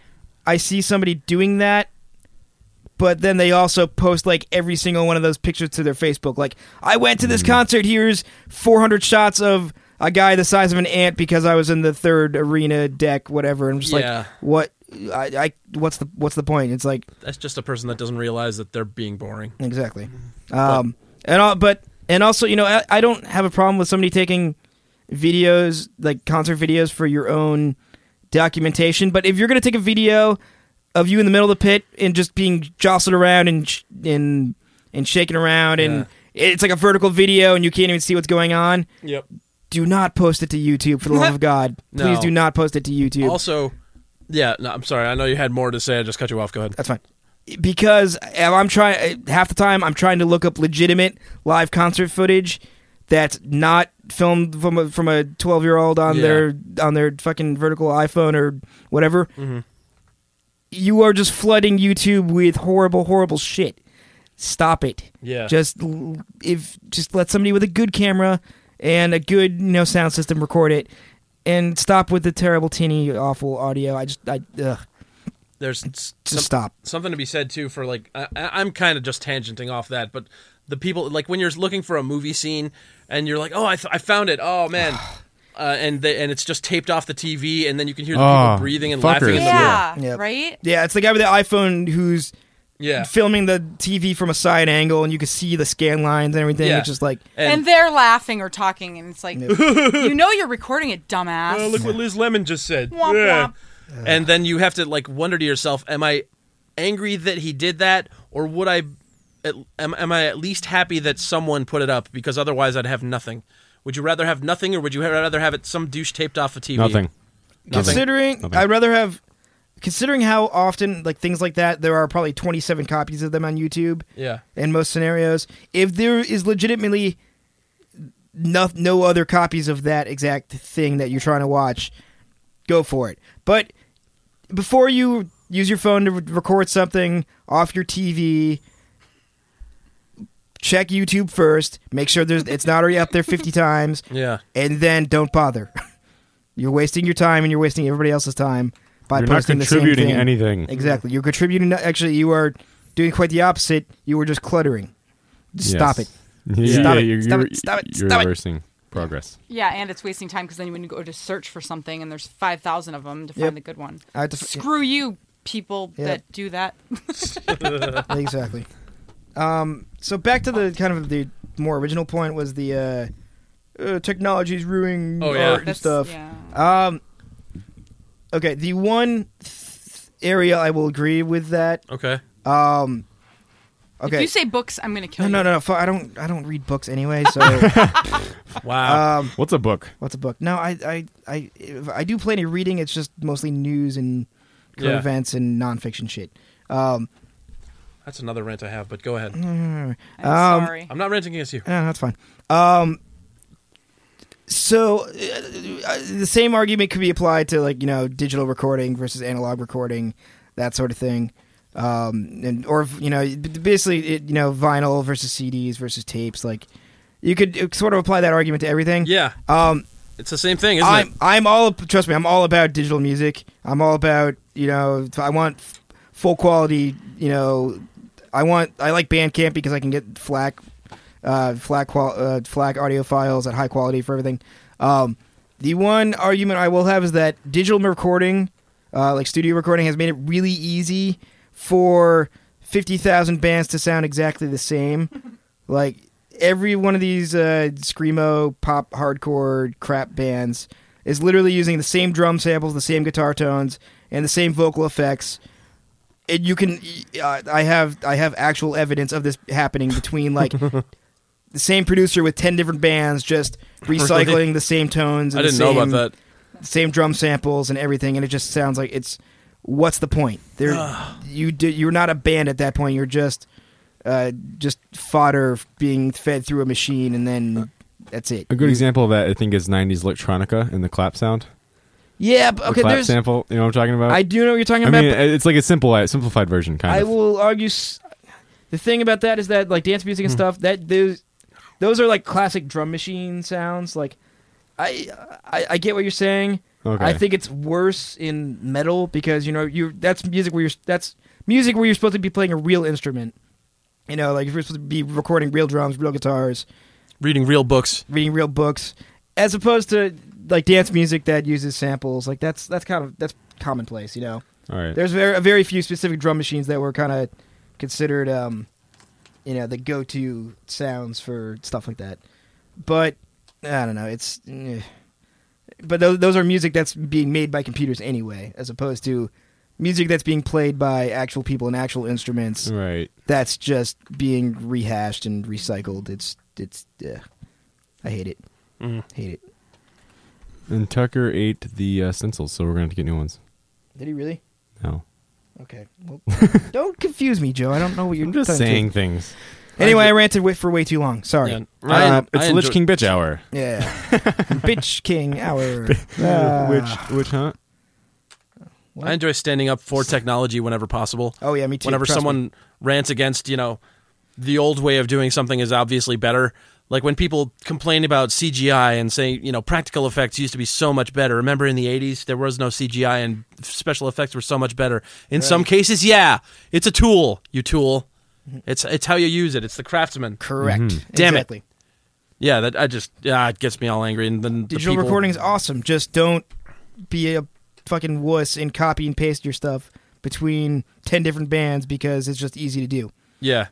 Speaker 2: I see somebody doing that, but then they also post like every single one of those pictures to their Facebook. Like, I went to this concert. Here's 400 shots of a guy the size of an ant because I was in the third arena deck, whatever. And I'm just
Speaker 1: Yeah.
Speaker 2: like, what? I, I what's the what's the point? It's like
Speaker 1: That's just a person that doesn't realize that they're being boring.
Speaker 2: Exactly. Um, and all, but and also, you know, I, I don't have a problem with somebody taking videos, like concert videos, for your own documentation. But if you're gonna take a video of you in the middle of the pit and just being jostled around and sh- and and shaken around, and it's like a vertical video, and you can't even see what's going on,
Speaker 1: Yep.
Speaker 2: do not post it to YouTube for the love of God.
Speaker 1: No.
Speaker 2: Please do not post it to YouTube.
Speaker 1: Also, yeah, no, I'm sorry. I know you had more to say. I just cut you off. Go ahead.
Speaker 2: That's fine. Because if I'm trying half the time I'm trying to look up legitimate live concert footage that's not filmed from a, from a 12 year old on
Speaker 1: Yeah.
Speaker 2: their on their fucking vertical iPhone or whatever.
Speaker 1: Mm-hmm.
Speaker 2: You are just flooding YouTube with horrible horrible shit. Stop it.
Speaker 1: Yeah.
Speaker 2: Just l- if just let somebody with a good camera and a good you know sound system record it and stop with the terrible tinny awful audio. I just I ugh,
Speaker 1: There's just
Speaker 2: just stop.
Speaker 1: something to be said too for like I, I- I'm kind of just tangenting off that, but the people like when you're looking for a movie scene and you're like, oh, I, th- I found it. Oh
Speaker 5: [sighs]
Speaker 1: man. Uh, and they, and it's just taped off the TV, and then you can hear the
Speaker 4: Oh,
Speaker 1: people breathing and laughing. In the
Speaker 4: fuckers.
Speaker 1: room.
Speaker 5: Yeah,
Speaker 2: Yep.
Speaker 5: right.
Speaker 2: Yeah, it's the guy with the iPhone who's
Speaker 1: yeah,
Speaker 2: filming the TV from a side angle, and you can see the scan lines and everything.
Speaker 1: Yeah.
Speaker 2: It's just like,
Speaker 5: And, they're laughing or talking, and it's
Speaker 2: [laughs]
Speaker 5: like, [laughs] you know, you're recording it, dumbass.
Speaker 1: Oh, look what Liz Lemon just said.
Speaker 5: Womp
Speaker 1: Yeah.
Speaker 5: womp.
Speaker 1: And then you have to like wonder to yourself, am I angry that he did that, or would I? at- Am, am I at least happy that someone put it up? Because otherwise, I'd have nothing. Would you rather have nothing, or would you ha- rather have it some douche taped off a TV?
Speaker 4: Nothing.
Speaker 1: Nothing.
Speaker 2: considering
Speaker 4: Nothing.
Speaker 2: I'd rather have, considering how often like things like that, there are probably twenty seven copies of them on YouTube.
Speaker 1: Yeah.
Speaker 2: in most scenarios, if there is legitimately no, no other copies of that exact thing that you're trying to watch, go for it. But before you use your phone to re- record something off your TV, check YouTube first. Make sure there's it's not already up there 50 [laughs] times,
Speaker 1: Yeah.
Speaker 2: and then don't bother. [laughs] You're wasting your time and you're wasting everybody else's time by
Speaker 4: You're not
Speaker 2: posting the same
Speaker 4: contributing
Speaker 2: thing.
Speaker 4: anything.
Speaker 2: Exactly. You're contributing. Actually, you are doing quite the opposite. You were just cluttering. Just Stop it.
Speaker 4: Yes. Yeah.
Speaker 2: Stop it.
Speaker 4: You're,
Speaker 2: Stop
Speaker 4: you're-
Speaker 2: it. Stop it.
Speaker 4: You're
Speaker 2: Stop it.
Speaker 4: reversing progress.
Speaker 5: Yeah, and it's wasting time because then when you go to search for something and there's 5,000 of them to find
Speaker 2: Yep.
Speaker 5: the good one.
Speaker 2: I had to f-
Speaker 5: Screw you, people
Speaker 2: Yeah.
Speaker 5: that do that.
Speaker 2: exactly. Um, so back to the kind of the more original point was the uh, uh, technology's ruining
Speaker 1: Oh,
Speaker 2: art
Speaker 1: yeah.
Speaker 2: and
Speaker 5: That's,
Speaker 2: stuff.
Speaker 5: Yeah.
Speaker 2: Um, okay, the one th- area I will agree with that.
Speaker 1: Okay.
Speaker 2: Um,
Speaker 5: If
Speaker 2: okay.
Speaker 5: you say books, I'm going to
Speaker 2: no,
Speaker 5: kill
Speaker 2: no,
Speaker 5: you.
Speaker 2: no, no. fu- I don't. I don't read books anyway.
Speaker 1: [laughs]
Speaker 2: So,
Speaker 1: Wow.
Speaker 2: um,
Speaker 4: What's a book?
Speaker 2: what's a book? No, I, I, I, if I do plenty of reading. It's just mostly news and current
Speaker 1: Yeah.
Speaker 2: events and nonfiction shit. Um,
Speaker 1: That's another rant I have, but go ahead.
Speaker 5: I'm
Speaker 2: Um,
Speaker 5: sorry.
Speaker 1: I'm not ranting against you.
Speaker 2: Yeah, that's fine. Um, so uh, uh, the same argument could be applied to like you know digital recording versus analog recording, that sort of thing, um, and or you know basically it, you know vinyl versus CDs versus tapes. Like you could sort of apply that argument to everything.
Speaker 1: Yeah.
Speaker 2: Um,
Speaker 1: It's the same thing, isn't
Speaker 2: I'm
Speaker 1: it?
Speaker 2: I'm all trust me. I'm all about digital music. I'm all about you know. I want f- full quality. You know, I want I like Bandcamp because I can get FLAC, uh, FLAC qual uh, FLAC audio files at high quality for everything. Um, the one argument I will have is that digital recording, uh, like studio recording, has made it really easy for fifty thousand bands to sound exactly the same. like every one of these uh, screamo pop hardcore crap bands is literally using the same drum samples, the same guitar tones, and the same vocal effects. And you can, uh, I have, I have actual evidence of this happening between like the same producer with ten different bands just
Speaker 1: [laughs]
Speaker 2: recycling
Speaker 1: Really?
Speaker 2: the same tones.
Speaker 1: I
Speaker 2: And the
Speaker 1: didn't know about
Speaker 2: same-
Speaker 1: that.
Speaker 2: same drum samples and everything, and it just sounds like it's. What's the point? There, you do, you're not a band at that point. You're just, uh, just fodder being fed through a machine, and then that's it.
Speaker 4: A good example of that, I think, is '90s electronica and the clap sound.
Speaker 2: Yeah, but
Speaker 4: The
Speaker 2: okay.
Speaker 4: clap
Speaker 2: There's,
Speaker 4: sample. You know what I'm talking about?
Speaker 2: I do know what you're talking
Speaker 4: I
Speaker 2: about.
Speaker 4: mean,
Speaker 2: but
Speaker 4: it's like a simple, a simplified version, kind
Speaker 2: I
Speaker 4: of.
Speaker 2: will argue. S- the thing about that is that like dance music
Speaker 4: Hmm.
Speaker 2: and stuff that those, those are like classic drum machine sounds. Like, I, I, I get what you're saying.
Speaker 4: Okay.
Speaker 2: I think it's worse in metal because you know you that's music where you're that's music where you're supposed to be playing a real instrument. You know, like if you're supposed to be recording real drums, real guitars,
Speaker 1: Reading real books.
Speaker 2: reading real books, as opposed to like dance music that uses samples. Like that's that's kind of that's commonplace. You know,
Speaker 4: All right.
Speaker 2: there's very very few specific drum machines that were kind of considered, um, you know, the go-to sounds for stuff like that. But I don't know. It's eh. but those, those are music that's being made by computers anyway, as opposed to music that's being played by actual people and actual instruments.
Speaker 4: Right.
Speaker 2: That's just being rehashed and recycled. It's it's. Uh, I hate it.
Speaker 4: Mm-hmm.
Speaker 2: Hate it.
Speaker 4: And Tucker ate the uh, stencils, so we're gonna have to get new ones.
Speaker 2: Did he really?
Speaker 4: No.
Speaker 2: Okay. [laughs] Well, don't confuse me, Joe. I don't know what you're
Speaker 4: I'm just
Speaker 2: talking to.
Speaker 4: saying things.
Speaker 2: Anyway, I ranted wi- for way too long. Sorry.
Speaker 1: Yeah.
Speaker 2: Yeah.
Speaker 1: Ryan,
Speaker 2: Uh,
Speaker 4: It's
Speaker 1: I
Speaker 4: Lich
Speaker 1: enjoy-
Speaker 4: King bitch hour.
Speaker 1: [laughs]
Speaker 2: bitch King hour. Ah.
Speaker 4: Which which huh?
Speaker 1: I enjoy standing up for technology whenever possible.
Speaker 2: Oh yeah, me too.
Speaker 1: whenever
Speaker 2: Trust me.
Speaker 1: someone rants against, you know, the old way of doing something is obviously better. Like when people complain about CGI and say, you know, practical effects used to be so much better. Remember in the 80s, there was no CGI and special effects were so much better. In some cases, yeah, it's a tool, you tool. It's it's how you use it. It's the craftsman.
Speaker 2: correct.
Speaker 1: Mhm. Damn it.
Speaker 2: exactly.
Speaker 1: Yeah, that I just yeah, it gets me all angry. And then the
Speaker 2: Digital
Speaker 1: people-
Speaker 2: recording is awesome. Just don't be a fucking wuss and copy and paste your stuff between ten different bands because it's just easy to do.
Speaker 1: Yeah,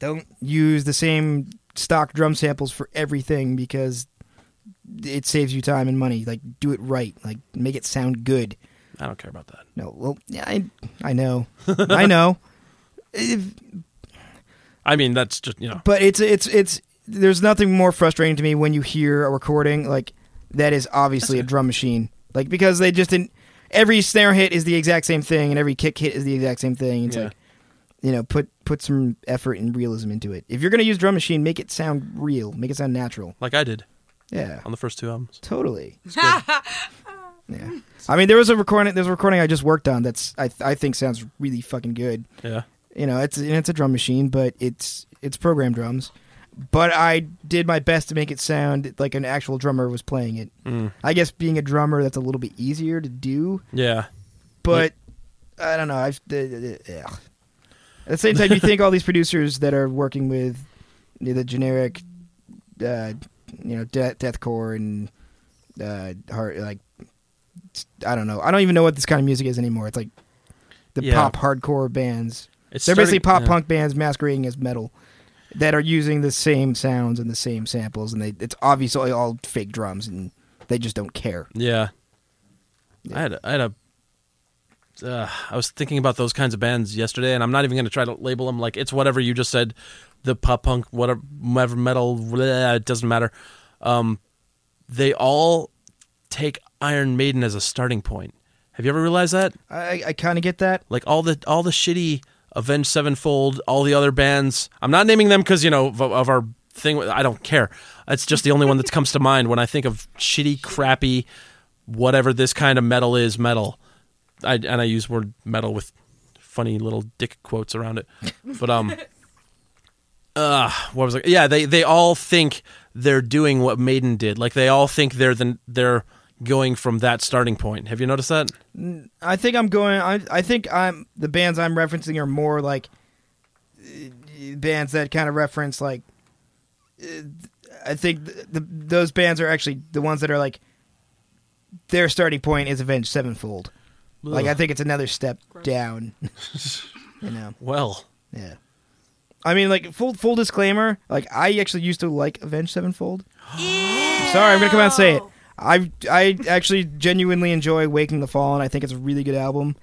Speaker 2: Don't use the same stock drum samples for everything because it saves you time and money. Like do it right. Like make it sound good.
Speaker 1: I don't care about that.
Speaker 2: No, well, yeah, I
Speaker 1: [laughs]
Speaker 2: I know, I know. If-
Speaker 1: I mean, that's just you know,
Speaker 2: but it's it's it's there's nothing more frustrating to me when you hear a recording like that is obviously a drum machine like because they just didn't every snare hit is the exact same thing and every kick hit is the exact same thing it's
Speaker 1: Yeah.
Speaker 2: like you know put put some effort and realism into it if you're going to use drum machine make it sound real make it sound natural
Speaker 1: like I did
Speaker 2: yeah
Speaker 1: on the first two albums.
Speaker 2: totally yeah i mean there was a recording there's a recording i just worked on that's i i think sounds really fucking good
Speaker 1: Yeah,
Speaker 2: you know it's and it's a drum machine but it's it's programmed drums but i did my best to make it sound like an actual drummer was playing it
Speaker 1: Mm,
Speaker 2: i guess being a drummer that's a little bit easier to do
Speaker 1: yeah.
Speaker 2: but i don't know i've the- the- the- ugh. at the same time you think all these producers that are working with the generic uh you know death deathcore and uh hard like i don't know i don't even know what this kind of music is anymore it's like the
Speaker 1: Yeah.
Speaker 2: pop hardcore bands.
Speaker 1: It's
Speaker 2: They're basically
Speaker 1: starting-
Speaker 2: pop
Speaker 1: yeah.
Speaker 2: punk bands masquerading as metal that are using the same sounds and the same samples, and they, it's obviously all fake drums, and they just don't care.
Speaker 1: Yeah. I had a, I had a uh, I was thinking about those kinds of bands yesterday, and I'm not even going to try to label them. Like it's whatever you just said, the pop punk, whatever, whatever metal, blah, it doesn't matter. Um, they all take Iron Maiden as a starting point. Have you ever realized that?
Speaker 2: I, I kind of get that.
Speaker 1: Like all the all the shitty Avenged Sevenfold, all the other bands. I'm not naming them because you know of, of our thing. I don't care. It's just the only one that comes to mind when I think of shitty, crappy, whatever this kind of metal is. Metal, I, and I use word metal with funny little dick quotes around it. But um, [laughs] uh, what was it? Yeah, they they all think they're doing what Maiden did. Like they all think they're the they're going from that starting point. Have you noticed that?
Speaker 2: I think I'm going. I, I think I'm the bands I'm referencing are more like uh, bands that kind of reference like. uh, I think th the, those bands are actually the ones that are like. Their starting point is Avenged Sevenfold. Like I think it's another step down.
Speaker 1: [laughs]
Speaker 2: you know.
Speaker 1: Well.
Speaker 2: Yeah. I mean, like full full disclaimer. Like I actually used to like Avenged Sevenfold. Sorry, I'm gonna come out and say it. I I actually genuinely enjoy Waking the Fallen. I think it's a really good album,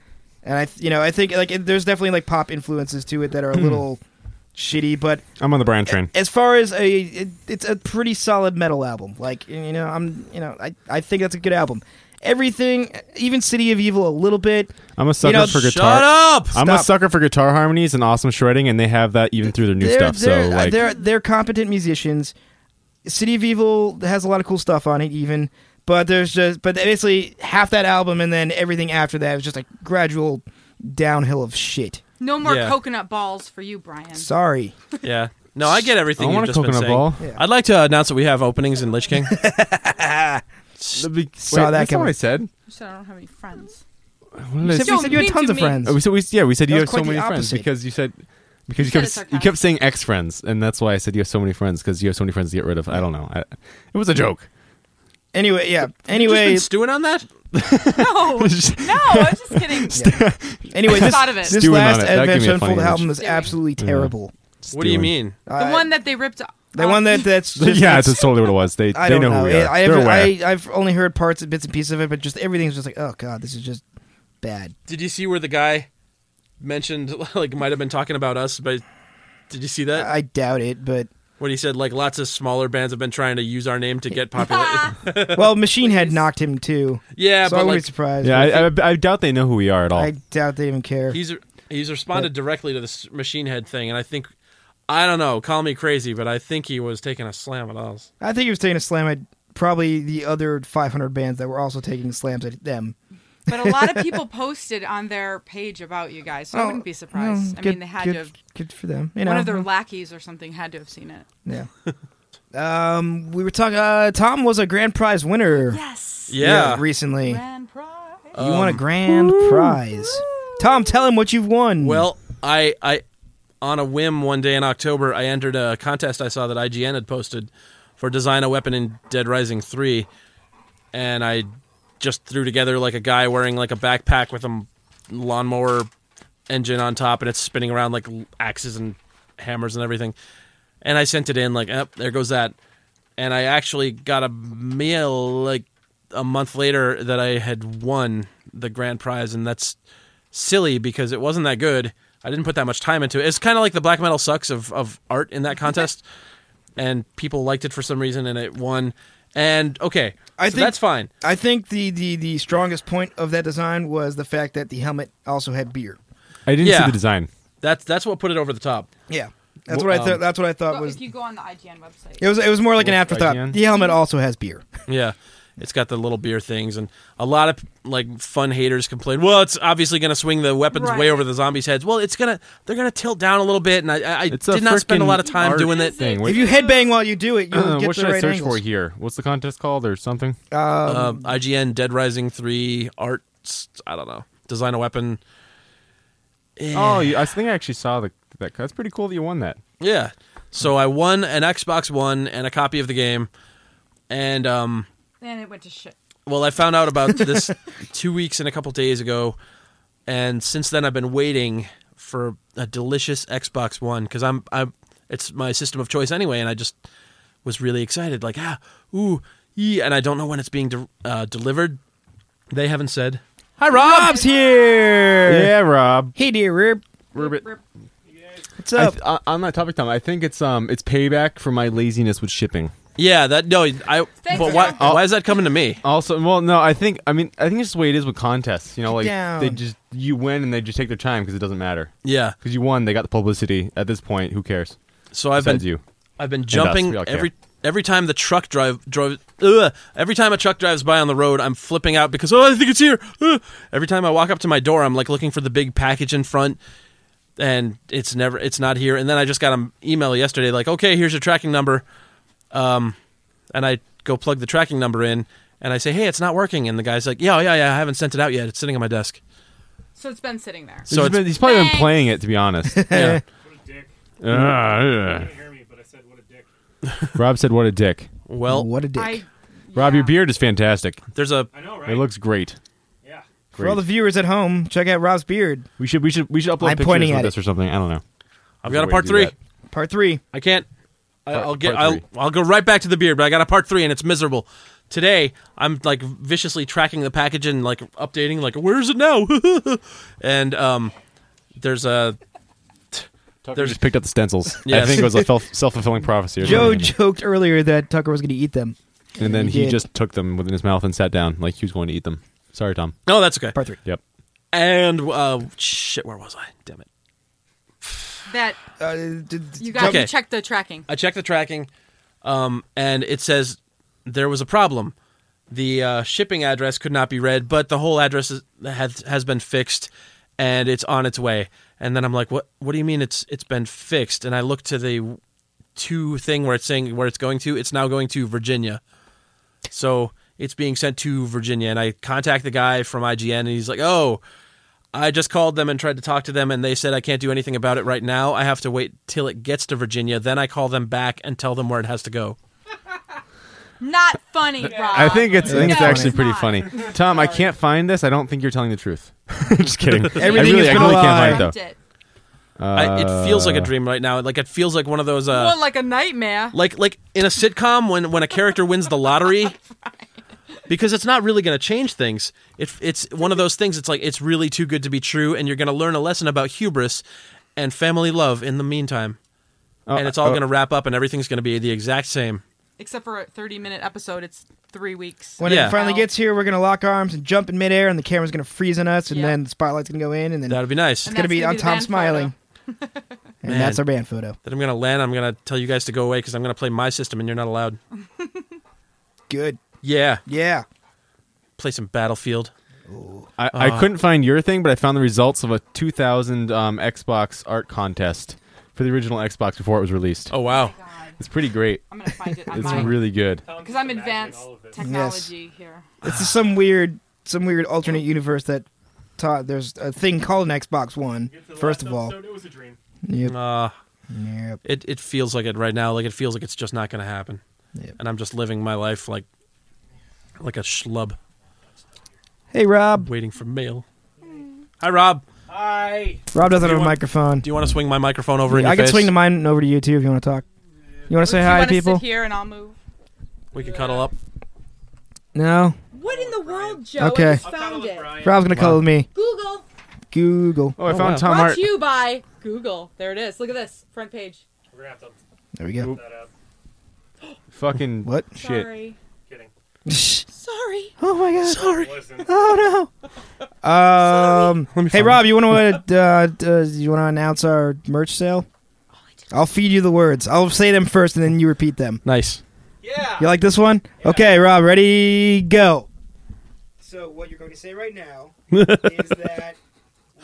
Speaker 2: and I th- you know I think like it, there's definitely like pop influences to it that are a little shitty, but
Speaker 4: I'm on the Brian train.
Speaker 2: as far as a it, it's a pretty solid metal album. Like you know I'm you know I I think that's a good album. Everything, even City of Evil, a little bit.
Speaker 4: I'm a sucker
Speaker 2: know,
Speaker 4: for
Speaker 1: Shut
Speaker 4: guitar.
Speaker 1: up!
Speaker 4: I'm a
Speaker 2: Stop.
Speaker 4: sucker for guitar harmonies and awesome shredding, and they have that even through their new
Speaker 2: they're,
Speaker 4: stuff.
Speaker 2: They're, uh,
Speaker 4: So like,
Speaker 2: they're they're competent musicians. City of Evil has a lot of cool stuff on it, even. But there's just but basically half that album and then everything after that is just a gradual downhill of shit.
Speaker 5: No more
Speaker 1: Yeah.
Speaker 5: coconut balls for you, Brian.
Speaker 2: Sorry.
Speaker 1: [laughs] Yeah. No, I get everything
Speaker 4: I
Speaker 1: you've
Speaker 4: want a
Speaker 1: just been
Speaker 4: coconut
Speaker 1: saying.
Speaker 4: ball.
Speaker 2: Yeah.
Speaker 1: I'd like to announce that we have openings in Lich King.
Speaker 4: The big-
Speaker 2: Saw that
Speaker 4: that's not
Speaker 2: coming.
Speaker 4: what I said.
Speaker 5: You said I don't have any friends.
Speaker 4: What did I
Speaker 2: You said,
Speaker 4: say?
Speaker 2: we
Speaker 5: Yo,
Speaker 2: said you had
Speaker 5: me
Speaker 2: tons
Speaker 5: too,
Speaker 2: of
Speaker 5: me.
Speaker 2: friends.
Speaker 4: Oh, we said we, yeah, we said you
Speaker 2: That
Speaker 4: have
Speaker 2: was
Speaker 4: so
Speaker 2: quite the
Speaker 4: many friends
Speaker 2: opposite.
Speaker 4: because you said because you
Speaker 5: said
Speaker 4: kept
Speaker 5: it
Speaker 4: you
Speaker 5: sarcastically.
Speaker 4: kept saying ex friends, and that's why I said you have so many friends because you have so many friends to get rid of. I don't know. I, it was a joke.
Speaker 2: Anyway, yeah. Anyway,
Speaker 1: Just been stewing on that?
Speaker 5: No, no, I'm just kidding.
Speaker 2: [laughs] anyway, this,
Speaker 5: Thought of it.
Speaker 2: this
Speaker 4: Stewing on
Speaker 2: last
Speaker 4: it. That gave me
Speaker 2: Adventure
Speaker 4: a
Speaker 2: Unfold
Speaker 4: funny image.
Speaker 2: album is
Speaker 5: Stewing.
Speaker 2: absolutely terrible.
Speaker 1: What do you
Speaker 4: Stealing.
Speaker 1: mean?
Speaker 5: The one that um, they ripped.
Speaker 2: The one that that's just,
Speaker 4: [laughs] yeah, that's totally what it was. They
Speaker 2: I
Speaker 4: they
Speaker 2: don't
Speaker 4: know,
Speaker 2: know.
Speaker 4: who we are.
Speaker 2: I,
Speaker 4: They're
Speaker 2: have,
Speaker 4: aware.
Speaker 2: I I've only heard parts and bits and pieces of it, but just everything's just like, oh god, this is just bad.
Speaker 1: Did you see where the guy mentioned, [laughs] like, might have been talking about us, but did you see that?
Speaker 2: I doubt
Speaker 1: [laughs]
Speaker 2: it, but
Speaker 1: what he said, like, lots of smaller bands have been trying to use our name to get popular.
Speaker 2: well, Machine Head knocked him too.
Speaker 1: yeah,
Speaker 2: so I
Speaker 1: but,
Speaker 2: wouldn't be
Speaker 1: like,
Speaker 2: surprised.
Speaker 4: yeah, I, I, I doubt they know who we are at all.
Speaker 2: I doubt they even care.
Speaker 1: he's, he's responded directly to this Machine Head thing, and I think, I don't know, call me crazy, but I think he was taking a slam at us.
Speaker 2: I think he was taking a slam at probably the other 500 bands that were also taking slams at them.
Speaker 5: But a lot
Speaker 2: [laughs]
Speaker 5: of people posted on their page about you guys, so I
Speaker 2: Oh,
Speaker 5: wouldn't be surprised.
Speaker 2: Well,
Speaker 5: I
Speaker 2: good-
Speaker 5: mean, they had
Speaker 2: good,
Speaker 5: to. Have,
Speaker 2: Good for them. You know,
Speaker 5: one of their lackeys or something had to have seen it.
Speaker 2: yeah.
Speaker 5: [laughs]
Speaker 2: um, we were talking. Uh, Tom was a grand prize winner.
Speaker 5: Yes.
Speaker 1: Yeah. Um,
Speaker 2: recently,
Speaker 5: Grand prize.
Speaker 2: you won a grand prize. Tom, tell him what you've won.
Speaker 1: Well, I I on a whim one day in October, I entered a contest I saw that IGN had posted for design a weapon in Dead Rising 3 and I just threw together like a guy wearing like a backpack with a m- lawnmower engine on top and it's spinning around like l- axes and hammers and everything. And I sent it in like, "Yep, there goes that." And I actually got a mail like a month later that I had won the grand prize and that's silly because it wasn't that good. I didn't put that much time into it. It's kind of like the black metal sucks of, of art
Speaker 2: [laughs]
Speaker 1: in that contest, and people liked it for some reason, and it won. And okay,
Speaker 2: I
Speaker 1: so
Speaker 2: think-
Speaker 1: that's fine.
Speaker 2: I think the, the the strongest point of that design was the fact that the helmet also had beer.
Speaker 4: I didn't
Speaker 1: yeah.
Speaker 4: see the design.
Speaker 1: That's that's what put it over the top.
Speaker 2: Yeah, that's what I
Speaker 4: um,
Speaker 2: thought. That's what I thought
Speaker 5: Well,
Speaker 2: was.
Speaker 5: if you go on the IGN website,
Speaker 2: It was it was more like an afterthought.
Speaker 4: IGN?
Speaker 2: The helmet also has beer.
Speaker 1: Yeah, it's got the little beer things, and a lot of like fun haters complain. Well, it's obviously going to swing the weapons
Speaker 5: Right.
Speaker 1: way over the zombies' heads. Well, it's gonna they're gonna tilt down a little bit, and I, I, I
Speaker 4: It's a
Speaker 1: did not spend a
Speaker 4: frickin'
Speaker 1: lot of time
Speaker 4: art
Speaker 1: doing that
Speaker 4: thing.
Speaker 5: If
Speaker 4: What,
Speaker 2: If you headbang while you do it, you'll
Speaker 4: uh,
Speaker 2: get
Speaker 4: what
Speaker 2: the
Speaker 4: should
Speaker 2: right
Speaker 4: I search
Speaker 2: angles.
Speaker 4: for here? What's the contest called or something?
Speaker 1: Um, IGN Dead Rising Three arts. I don't know. Design a weapon. Eh,
Speaker 4: Oh, you, I think I actually saw the that. That's pretty cool that you won that.
Speaker 1: Yeah. So I won an Xbox One and a copy of the game, and um,
Speaker 5: then it went to shit.
Speaker 1: [laughs] well, I found out about this two weeks and a couple days ago and since then I've been waiting for a delicious Xbox One because I'm I it's my system of choice anyway, and I just was really excited, like ah ooh, yeah, and I don't know when it's being de- uh, delivered. They haven't said. Hi, Rob.
Speaker 2: Rob's here.
Speaker 4: Yeah, Rob.
Speaker 2: Hey, dear Rib. What's
Speaker 4: I
Speaker 2: up?
Speaker 4: th- uh, on- on that topic, Tom, I think it's um it's payback for my laziness with shipping.
Speaker 1: Yeah, that no, I. but why?
Speaker 4: Rob.
Speaker 1: Why is that coming to me?
Speaker 4: Also, well, no, I think I mean I think it's just the way it is with contests. You know, like
Speaker 2: down.
Speaker 4: they just you win and they just take their time because it doesn't matter
Speaker 1: Yeah.
Speaker 4: because you won. They got the publicity at this point. Who cares?
Speaker 1: So I've been
Speaker 4: Besides you.
Speaker 1: I've been
Speaker 4: us,
Speaker 1: jumping
Speaker 4: we all care.
Speaker 1: every every time the truck drive drove. Ugh, every time a truck drives by on the road, I'm flipping out because oh, I think it's here. Ugh. Every time I walk up to my door, I'm like looking for the big package in front, and it's never it's not here. And then I just got an email yesterday like, okay, here's your tracking number, um, and I go plug the tracking number in, and I say, hey, it's not working, and the guy's like, yeah, yeah, yeah, I haven't sent it out yet. It's sitting on my desk.
Speaker 5: So it's been sitting there.
Speaker 1: So
Speaker 4: he's,
Speaker 1: it's
Speaker 4: been, he's probably
Speaker 5: Thanks.
Speaker 4: been playing it to
Speaker 1: [laughs]
Speaker 4: be
Speaker 7: [laughs]
Speaker 4: honest.
Speaker 1: yeah.
Speaker 7: Dick.
Speaker 4: Ah, yeah.
Speaker 7: Hear me, but I said what a dick.
Speaker 4: [laughs] Rob said, "What a dick."
Speaker 1: Well,
Speaker 2: what a dick.
Speaker 5: I,
Speaker 4: Rob,
Speaker 5: yeah.
Speaker 4: your beard is fantastic.
Speaker 1: there's a
Speaker 7: I know, right?
Speaker 4: It looks great.
Speaker 7: yeah.
Speaker 2: For all the viewers at home, check out Rob's beard,
Speaker 4: We should we should we should upload
Speaker 2: I'm
Speaker 4: pictures
Speaker 2: pointing
Speaker 4: with
Speaker 2: at
Speaker 4: this
Speaker 2: it.
Speaker 4: or something. I don't know.
Speaker 1: I've got a
Speaker 4: way to
Speaker 1: part
Speaker 4: do
Speaker 1: three.
Speaker 4: that.
Speaker 2: part three.
Speaker 1: I can't. I,
Speaker 4: Part-
Speaker 1: I'll get.
Speaker 4: part
Speaker 1: I'll,
Speaker 4: three.
Speaker 1: I'll go right back to the beard, but I got a part three, and it's miserable. Today, I'm like viciously tracking the package and like updating, like where is it now? [laughs] and um, there's a
Speaker 4: Tucker just picked up the stencils.
Speaker 1: [laughs] Yes.
Speaker 4: I think it was a self fulfilling prophecy. or
Speaker 2: Joe
Speaker 4: something.
Speaker 2: joked earlier that Tucker was going to eat them.
Speaker 4: and then
Speaker 2: he
Speaker 4: he
Speaker 2: did.
Speaker 4: just took them within his mouth and sat down like he was going to eat them. Sorry, Tom.
Speaker 1: no, that's okay.
Speaker 2: Part three.
Speaker 4: Yep.
Speaker 1: And uh, shit, where was I? Damn it!
Speaker 5: that
Speaker 2: Uh, d- d-
Speaker 5: you got
Speaker 1: Okay.
Speaker 5: to check the tracking.
Speaker 1: I checked the tracking, um, and it says there was a problem. The uh, shipping address could not be read, but the whole address is, has has been fixed, and it's on its way. And then I'm like, what? What do you mean it's it's been fixed? And I look to the two thing where it's saying where it's going to. It's now going to Virginia, so it's being sent to Virginia. And I contact the guy from IGN, and he's like, oh. I just called them and tried to talk to them, and they said I can't do anything about it right now. I have to wait till it gets to Virginia. Then I call them back and tell them where it has to go.
Speaker 5: Not funny, Rob.
Speaker 4: I think it's, I think
Speaker 2: Yeah.
Speaker 4: it's
Speaker 2: No,
Speaker 4: actually
Speaker 5: it's
Speaker 4: pretty
Speaker 2: [laughs]
Speaker 5: not.
Speaker 4: funny. Tom, I can't find this. I don't think you're telling the truth. [laughs]
Speaker 1: [laughs]
Speaker 4: just kidding.
Speaker 2: Everything
Speaker 4: I really,
Speaker 2: is
Speaker 4: I
Speaker 2: gonna
Speaker 4: really
Speaker 2: lie.
Speaker 4: can't find
Speaker 5: Dreamt
Speaker 4: it,
Speaker 5: it.
Speaker 4: though.
Speaker 1: I, it feels like a
Speaker 4: Uh,
Speaker 1: dream right now. Like it feels like one of those, uh,
Speaker 5: well, like a nightmare.
Speaker 1: like like in a sitcom when when a character wins the
Speaker 5: [laughs]
Speaker 1: lottery, because it's not really going to change things. It, it's one of those things. It's like it's really too good to be true, and you're going to learn a lesson about hubris and family love in the meantime.
Speaker 4: oh,
Speaker 1: and it's all
Speaker 4: oh,
Speaker 1: going to wrap up, and everything's going to be the exact same.
Speaker 5: Except for a 30 minute episode, it's three weeks. Oh,
Speaker 2: When
Speaker 1: Yeah.
Speaker 2: it finally
Speaker 5: Wow.
Speaker 2: gets here, we're going to lock arms and jump in midair, and the camera's going to freeze on us, and
Speaker 5: Yeah.
Speaker 2: then the spotlight's going to go in, and then
Speaker 1: That would be nice.
Speaker 5: And
Speaker 2: it's going to
Speaker 5: that's
Speaker 2: be
Speaker 5: gonna
Speaker 2: on
Speaker 5: be the
Speaker 2: Tom
Speaker 5: band
Speaker 2: smiling. and
Speaker 1: Man.
Speaker 2: that's our band photo.
Speaker 1: that I'm going to land. I'm going to tell you guys to go away because I'm going to play my system and you're not allowed.
Speaker 2: Good.
Speaker 1: Yeah,
Speaker 2: Yeah.
Speaker 1: play some Battlefield.
Speaker 4: I,
Speaker 1: uh,
Speaker 4: I couldn't find your thing, but I found the results of a 2000 um, Xbox art contest for the original Xbox before it was released.
Speaker 1: Oh wow,
Speaker 5: God,
Speaker 4: It's pretty great.
Speaker 5: I'm going to find it on
Speaker 4: It's
Speaker 5: my.
Speaker 4: really good. Oh,
Speaker 5: Because I'm advanced technology here.
Speaker 2: It's just some weird, some weird alternate universe that taught there's a thing called an Xbox One. First of all,
Speaker 7: it was a dream.
Speaker 2: yep,
Speaker 1: uh,
Speaker 2: yep.
Speaker 1: it it feels like it right now. Like it feels like it's just not going to happen.
Speaker 2: Yep.
Speaker 1: And I'm just living my life like like a schlub,
Speaker 2: Hey, Rob.
Speaker 1: waiting for mail. Hi Rob,
Speaker 7: Hi.
Speaker 2: Rob doesn't
Speaker 1: Do you
Speaker 2: have a
Speaker 1: want-
Speaker 2: microphone.
Speaker 1: do you want to swing my microphone over in your
Speaker 2: I can
Speaker 1: face?
Speaker 2: swing the mine over to you too if you want to talk. You want to say
Speaker 5: Do you
Speaker 2: hi,
Speaker 5: wanna
Speaker 2: people?
Speaker 5: Sit here and I'll move.
Speaker 1: we can cuddle up.
Speaker 2: No.
Speaker 5: What in the world, Joe?
Speaker 2: Okay.
Speaker 5: I just found it.
Speaker 2: Rob's gonna cuddle with me.
Speaker 5: Google.
Speaker 2: Google.
Speaker 4: Oh, I
Speaker 1: Oh,
Speaker 4: found
Speaker 1: wow.
Speaker 4: Tom
Speaker 5: Brought
Speaker 4: Hart.
Speaker 5: to you by Google. There it is. Look at this front page.
Speaker 7: We're gonna have to
Speaker 2: There we go.
Speaker 7: put that up.
Speaker 4: Fucking
Speaker 2: What?
Speaker 4: shit.
Speaker 5: Sorry.
Speaker 7: Kidding.
Speaker 5: Sorry.
Speaker 2: oh my god.
Speaker 1: Sorry.
Speaker 7: Listen.
Speaker 2: [laughs] Oh
Speaker 1: [laughs]
Speaker 2: no. Um.
Speaker 1: Let me
Speaker 2: Hey,
Speaker 1: find
Speaker 2: Rob. You
Speaker 1: [laughs]
Speaker 2: want to uh, d- uh, you want to announce our merch sale? I'll feed you the words. I'll say them first, and then you repeat them.
Speaker 1: it. Nice.
Speaker 7: Yeah.
Speaker 2: You like this one? Okay, Rob. Ready? Go. So what you're going to say
Speaker 1: [laughs]
Speaker 2: right now is that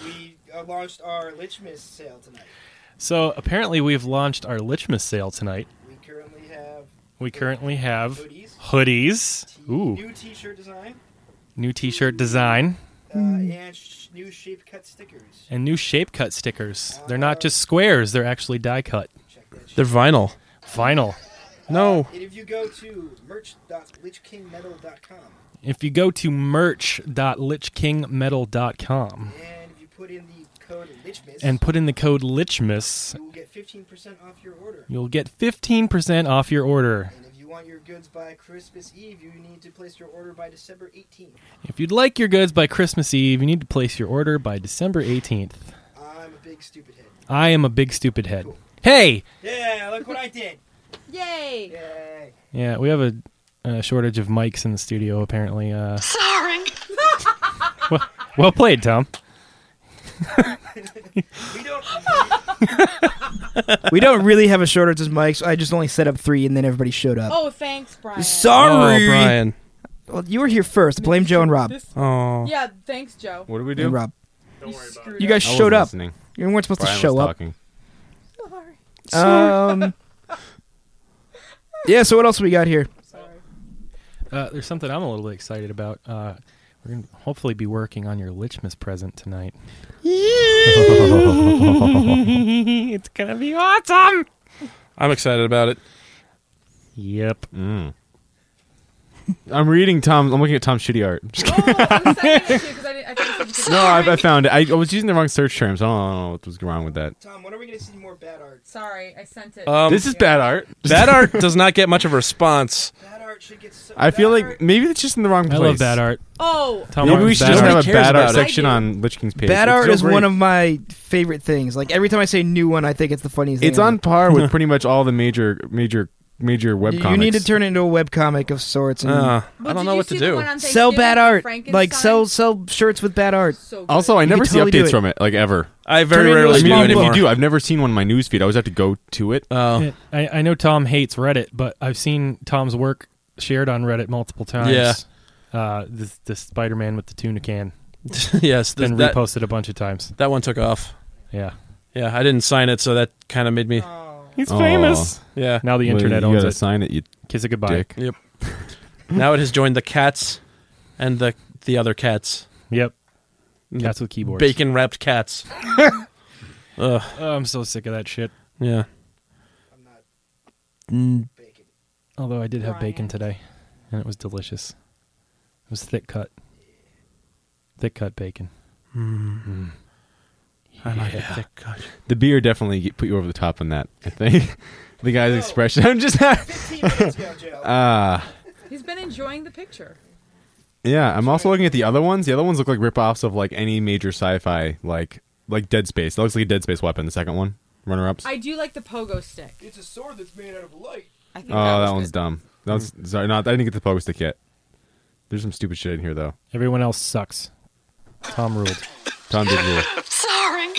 Speaker 2: we uh, launched our Lichmas sale tonight.
Speaker 7: So apparently we've launched our Lichmas sale tonight.
Speaker 2: We currently have
Speaker 7: We currently have
Speaker 2: hoodies,
Speaker 7: hoodies. Ooh.
Speaker 2: T-shirt design,
Speaker 7: New T-shirt design
Speaker 2: uh, and sh- new shape cut stickers.
Speaker 7: and new shape cut stickers. They're not just squares; they're actually die cut
Speaker 2: Check that
Speaker 1: They're vinyl.
Speaker 7: vinyl.
Speaker 1: No.
Speaker 2: And if you go to merch.lichkingmetal.com,
Speaker 7: If you go to merch.lichkingmetal.com,
Speaker 2: and put in the code Lichmas,
Speaker 7: and put in the code LICHMIS,
Speaker 2: will get 15% off your order.
Speaker 7: you'll get 15% off your order.
Speaker 2: And if you want your goods by Christmas Eve, you need to place your order by December 18th.
Speaker 7: If you'd like your goods by Christmas Eve, you need to place your order by December 18th.
Speaker 2: I'm a big stupid head.
Speaker 7: I am a big stupid head. Hey!
Speaker 2: Yeah, look what I did. [laughs]
Speaker 5: Yay!
Speaker 2: Yay.
Speaker 7: Yeah, we have a, a shortage of mics in the studio, apparently. Uh,
Speaker 6: Sorry.
Speaker 7: [laughs] well played, Tom.
Speaker 2: We don't. [laughs] we don't really have a shortage of mics. I just only set up three, and then everybody showed up.
Speaker 5: Oh, thanks, Brian.
Speaker 2: Sorry,
Speaker 1: Oh, Brian.
Speaker 2: Well, you were here first. Blame Joe and Rob.
Speaker 1: Oh,
Speaker 5: Yeah, thanks, Joe.
Speaker 4: What do we
Speaker 2: And
Speaker 4: do?
Speaker 2: Rob,
Speaker 5: Don't worry about
Speaker 2: you guys showed up.
Speaker 4: Listening.
Speaker 2: You weren't supposed
Speaker 4: Brian
Speaker 2: to show
Speaker 4: was
Speaker 2: up.
Speaker 4: talking.
Speaker 5: Sorry.
Speaker 2: Um. yeah. So what else we got here?
Speaker 7: Uh, there's something I'm a little excited about. Uh, we're going to hopefully be working on your Lichmas present
Speaker 4: [laughs]
Speaker 7: tonight. it's going to be awesome!
Speaker 1: I'm excited about it.
Speaker 7: Yep.
Speaker 4: Mm. I'm reading Tom. I'm looking at Tom's shitty art.
Speaker 2: [laughs]
Speaker 5: Oh,
Speaker 4: No, I, I found it. I, I was using the wrong search terms. I don't, I don't know what was wrong with that.
Speaker 2: Tom, when are we gonna see more bad art?
Speaker 5: Sorry, I sent it.
Speaker 2: Uh,
Speaker 1: Um,
Speaker 4: This is bad
Speaker 2: [laughs]
Speaker 4: art.
Speaker 1: [laughs] that art does not get much of a response.
Speaker 2: Bad art should get so.
Speaker 4: I feel like maybe it's just in the wrong place.
Speaker 7: I love bad art.
Speaker 5: oh,
Speaker 7: Tom
Speaker 4: Maybe we
Speaker 7: Martin's
Speaker 4: should
Speaker 7: bad
Speaker 4: just
Speaker 7: art.
Speaker 4: have a
Speaker 1: Nobody cares
Speaker 4: bad
Speaker 1: about
Speaker 4: art
Speaker 1: it.
Speaker 4: section
Speaker 5: I do.
Speaker 4: on Lich King's page.
Speaker 2: Bad
Speaker 4: It's
Speaker 2: art
Speaker 4: so
Speaker 2: is
Speaker 4: great.
Speaker 2: one of my favorite things. Like every time I say new one, I think it's the funniest thing.
Speaker 4: It's
Speaker 2: ever.
Speaker 4: on
Speaker 2: [laughs]
Speaker 4: par with pretty much all the major, major, major web
Speaker 2: You, you
Speaker 4: comics.
Speaker 2: need to turn it into a webcomic of sorts and
Speaker 1: Uh, I
Speaker 5: Well,
Speaker 1: don't
Speaker 5: did
Speaker 1: know
Speaker 5: you
Speaker 1: what
Speaker 5: see
Speaker 1: to
Speaker 5: the
Speaker 1: do.
Speaker 5: one on
Speaker 2: sell
Speaker 5: Thanksgiving
Speaker 2: bad
Speaker 5: with
Speaker 2: art.
Speaker 5: Frankenstein?
Speaker 2: Like sell sell shirts with bad art.
Speaker 5: So good.
Speaker 4: Also, I never
Speaker 2: could
Speaker 4: see
Speaker 2: totally do
Speaker 4: updates
Speaker 2: it.
Speaker 4: from it, like ever.
Speaker 1: I
Speaker 2: Turn
Speaker 1: very
Speaker 2: it into a
Speaker 1: rarely
Speaker 4: I
Speaker 1: do
Speaker 4: mean,
Speaker 2: small
Speaker 4: even if
Speaker 1: anymore.
Speaker 4: you do, I've never seen one in my newsfeed. I always have to go to it.
Speaker 1: Oh, [laughs]
Speaker 7: I, I know Tom hates Reddit, but I've seen Tom's work shared on Reddit multiple times.
Speaker 1: Yeah.
Speaker 7: Uh, this, this Spider-Man with the tuna can
Speaker 1: yes, th-
Speaker 7: been
Speaker 1: that,
Speaker 7: reposted a bunch of times.
Speaker 1: that one took off.
Speaker 7: Yeah,
Speaker 1: Yeah, I didn't sign it, so that kind of made me.
Speaker 5: Oh.
Speaker 7: he's
Speaker 4: Aw. famous.
Speaker 1: Yeah.
Speaker 7: Now the
Speaker 4: Oh. Well,
Speaker 7: internet
Speaker 4: you
Speaker 7: owns
Speaker 4: gotta
Speaker 7: it.
Speaker 4: sign it, you
Speaker 7: Kiss it goodbye.
Speaker 4: dick.
Speaker 1: Yep. now it has joined the cats and the the other cats.
Speaker 4: [laughs]
Speaker 7: Yep. Cats with keyboards.
Speaker 1: Bacon wrapped cats. Ugh.
Speaker 7: Oh, I'm so sick of that shit.
Speaker 1: Yeah. Mm,
Speaker 7: Although I did have bacon
Speaker 5: Brian.
Speaker 7: today, and it was delicious. It was thick cut, thick cut bacon.
Speaker 1: I like it. Thick cut.
Speaker 4: The beer definitely get- put you over the top on that. I think [laughs] the guy's expression. [laughs] I'm just ah.
Speaker 5: He's been enjoying the picture.
Speaker 4: Yeah, I'm also looking at the other ones. The other ones look like ripoffs of like any major sci-fi, like like Dead Space. That looks like a Dead Space weapon. The second one, runner-ups.
Speaker 5: I do like the pogo stick.
Speaker 2: It's a sword that's made out of light.
Speaker 5: I think
Speaker 4: oh,
Speaker 5: that,
Speaker 4: that,
Speaker 5: was
Speaker 4: one's
Speaker 5: good.
Speaker 4: dumb. That one's sorry. Not I didn't get the pogo stick yet. There's some stupid shit in here though.
Speaker 7: Everyone else sucks. Tom ruled.
Speaker 5: [laughs]
Speaker 4: Tom did rule.
Speaker 2: [laughs]
Speaker 6: Sorry.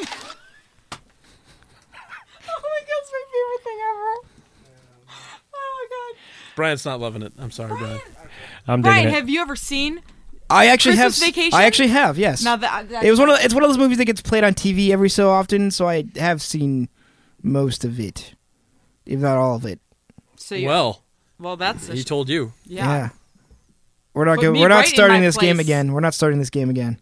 Speaker 5: Oh my god, it's my favorite thing ever. Oh
Speaker 1: Brian's not loving it. I'm sorry,
Speaker 5: my god.
Speaker 1: Brian.
Speaker 7: I'm
Speaker 5: Brian,
Speaker 7: digging it.
Speaker 5: have you ever seen?
Speaker 2: I actually
Speaker 5: Christmas
Speaker 2: have.
Speaker 5: Vacation?
Speaker 2: I actually have. Yes.
Speaker 5: Now that that's
Speaker 2: it was one of it's one of those movies that gets played on TV every so often, so I have seen most of it, if not all of it.
Speaker 5: so you, well,
Speaker 1: Well,
Speaker 5: that's a
Speaker 1: he
Speaker 5: sh-
Speaker 1: told you.
Speaker 5: yeah.
Speaker 2: We're not
Speaker 5: Put
Speaker 2: go,
Speaker 5: me
Speaker 2: we're not
Speaker 5: right in
Speaker 2: starting
Speaker 5: my
Speaker 2: this game
Speaker 5: place.
Speaker 2: again. We're not starting this game again.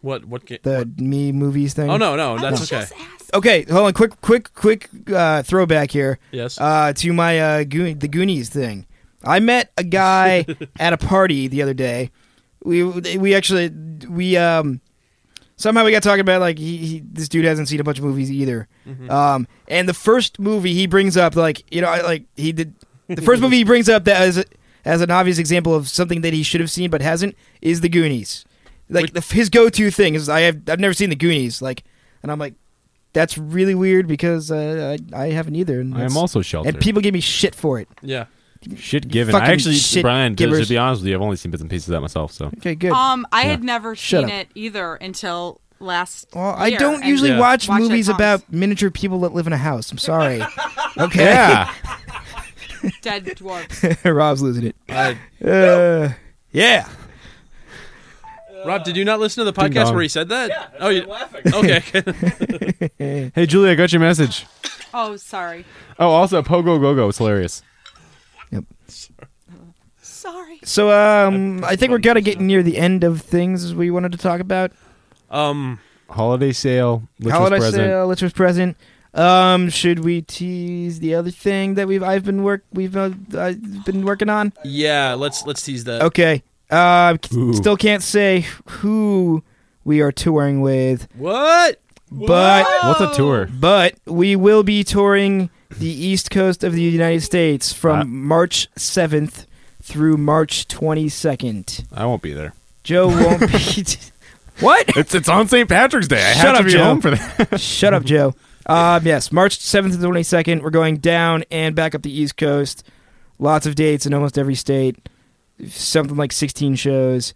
Speaker 1: What? What? Ga-
Speaker 2: The me movies thing.
Speaker 1: oh no, no,
Speaker 5: I
Speaker 1: that's
Speaker 5: was
Speaker 1: okay.
Speaker 5: just asking.
Speaker 2: Okay, hold on. Quick, quick, quick uh, throwback here
Speaker 1: Yes.
Speaker 2: uh, to my uh, Goo- the Goonies thing. I met a guy at a party the other day. We we actually we um somehow we got talking about like he, he this dude hasn't seen a bunch of movies either. Um, and the first movie he brings up, like you know, I, like he did the first movie he brings up that as as an obvious example of something that he should have seen but hasn't is the Goonies. Like the, his go to thing is I have I've never seen the Goonies. Like, and I'm like, that's really weird because uh, I I haven't either. And
Speaker 4: I am
Speaker 2: that's-
Speaker 4: also sheltered.
Speaker 2: and people give me shit for it.
Speaker 1: yeah.
Speaker 4: shit given. I
Speaker 2: fucking
Speaker 4: actually,
Speaker 2: shit
Speaker 4: Brian, to,
Speaker 2: givers.
Speaker 4: to be honest with you, I've only seen bits and pieces of that myself.
Speaker 2: [laughs]
Speaker 4: So
Speaker 2: Okay, good.
Speaker 5: Um, I had never
Speaker 2: Shut
Speaker 5: seen
Speaker 2: up.
Speaker 5: it either until last.
Speaker 2: well, I
Speaker 5: year,
Speaker 2: don't
Speaker 5: and
Speaker 2: usually
Speaker 1: Yeah.
Speaker 2: watch,
Speaker 5: watched it at
Speaker 2: movies
Speaker 5: Tom's.
Speaker 2: about miniature people that live in a house. I'm
Speaker 5: [laughs]
Speaker 2: sorry. Okay.
Speaker 4: [laughs] yeah,
Speaker 5: dead dwarfs.
Speaker 2: [laughs] Rob's losing it.
Speaker 1: I,
Speaker 2: Uh, yeah.
Speaker 1: Rob, did you not listen to the podcast
Speaker 4: dong.
Speaker 1: where he said that? oh, you laughing. [laughs] Okay.
Speaker 4: hey Julie, I got your message.
Speaker 5: Oh, sorry,
Speaker 4: Oh, also Pogo Go Go. It's hilarious.
Speaker 5: sorry.
Speaker 2: So um, I think we're kind of getting near the end of things we wanted to talk about.
Speaker 1: um.
Speaker 4: Holiday sale. Which
Speaker 2: Holiday
Speaker 4: was present.
Speaker 2: sale, which uh, was present. Um, should we tease the other thing that we've I've been work we've uh, I've been working on?
Speaker 1: Yeah. Let's let's tease that.
Speaker 2: Okay. Uh, c-
Speaker 4: Ooh.
Speaker 2: still can't say who we are touring with.
Speaker 1: What?
Speaker 2: But
Speaker 4: What's a tour?
Speaker 2: but we will be touring the east coast of the United States from
Speaker 4: Uh.
Speaker 2: March 7th through March 22nd.
Speaker 4: I won't be there.
Speaker 2: Joe won't be. what?
Speaker 4: It's it's on St. Patrick's Day. I
Speaker 2: Shut
Speaker 4: have
Speaker 2: up,
Speaker 4: to be
Speaker 2: Joe.
Speaker 4: home for [laughs] that.
Speaker 2: Shut up, Joe. Um, yes, March 7th to 22nd. We're going down and back up the East Coast. Lots of dates in almost every state. Something like 16 shows.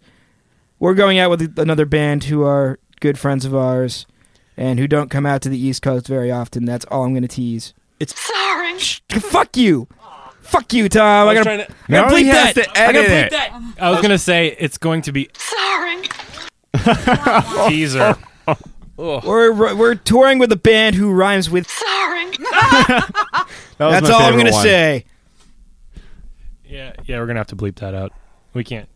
Speaker 2: We're going out with another band who are good friends of ours and who don't come out to the East Coast very often. That's all I'm going to tease.
Speaker 6: Sorry.
Speaker 2: Fuck you. Fuck you, Tom. I,
Speaker 1: was
Speaker 2: gotta,
Speaker 1: trying to-
Speaker 2: I gotta
Speaker 4: No, he
Speaker 2: bleep
Speaker 4: has
Speaker 2: that.
Speaker 4: to
Speaker 2: I gotta
Speaker 4: edit
Speaker 2: bleep
Speaker 4: it.
Speaker 2: that.
Speaker 7: I was gonna say it's going to be
Speaker 6: Sorry.
Speaker 7: teaser.
Speaker 2: We're, we're touring with a band who rhymes with.
Speaker 6: Sorry.
Speaker 4: That was
Speaker 2: That's
Speaker 4: my
Speaker 2: all I'm
Speaker 4: favorite
Speaker 2: gonna
Speaker 4: one.
Speaker 2: say.
Speaker 7: yeah, yeah, we're gonna have to bleep that out. We can't.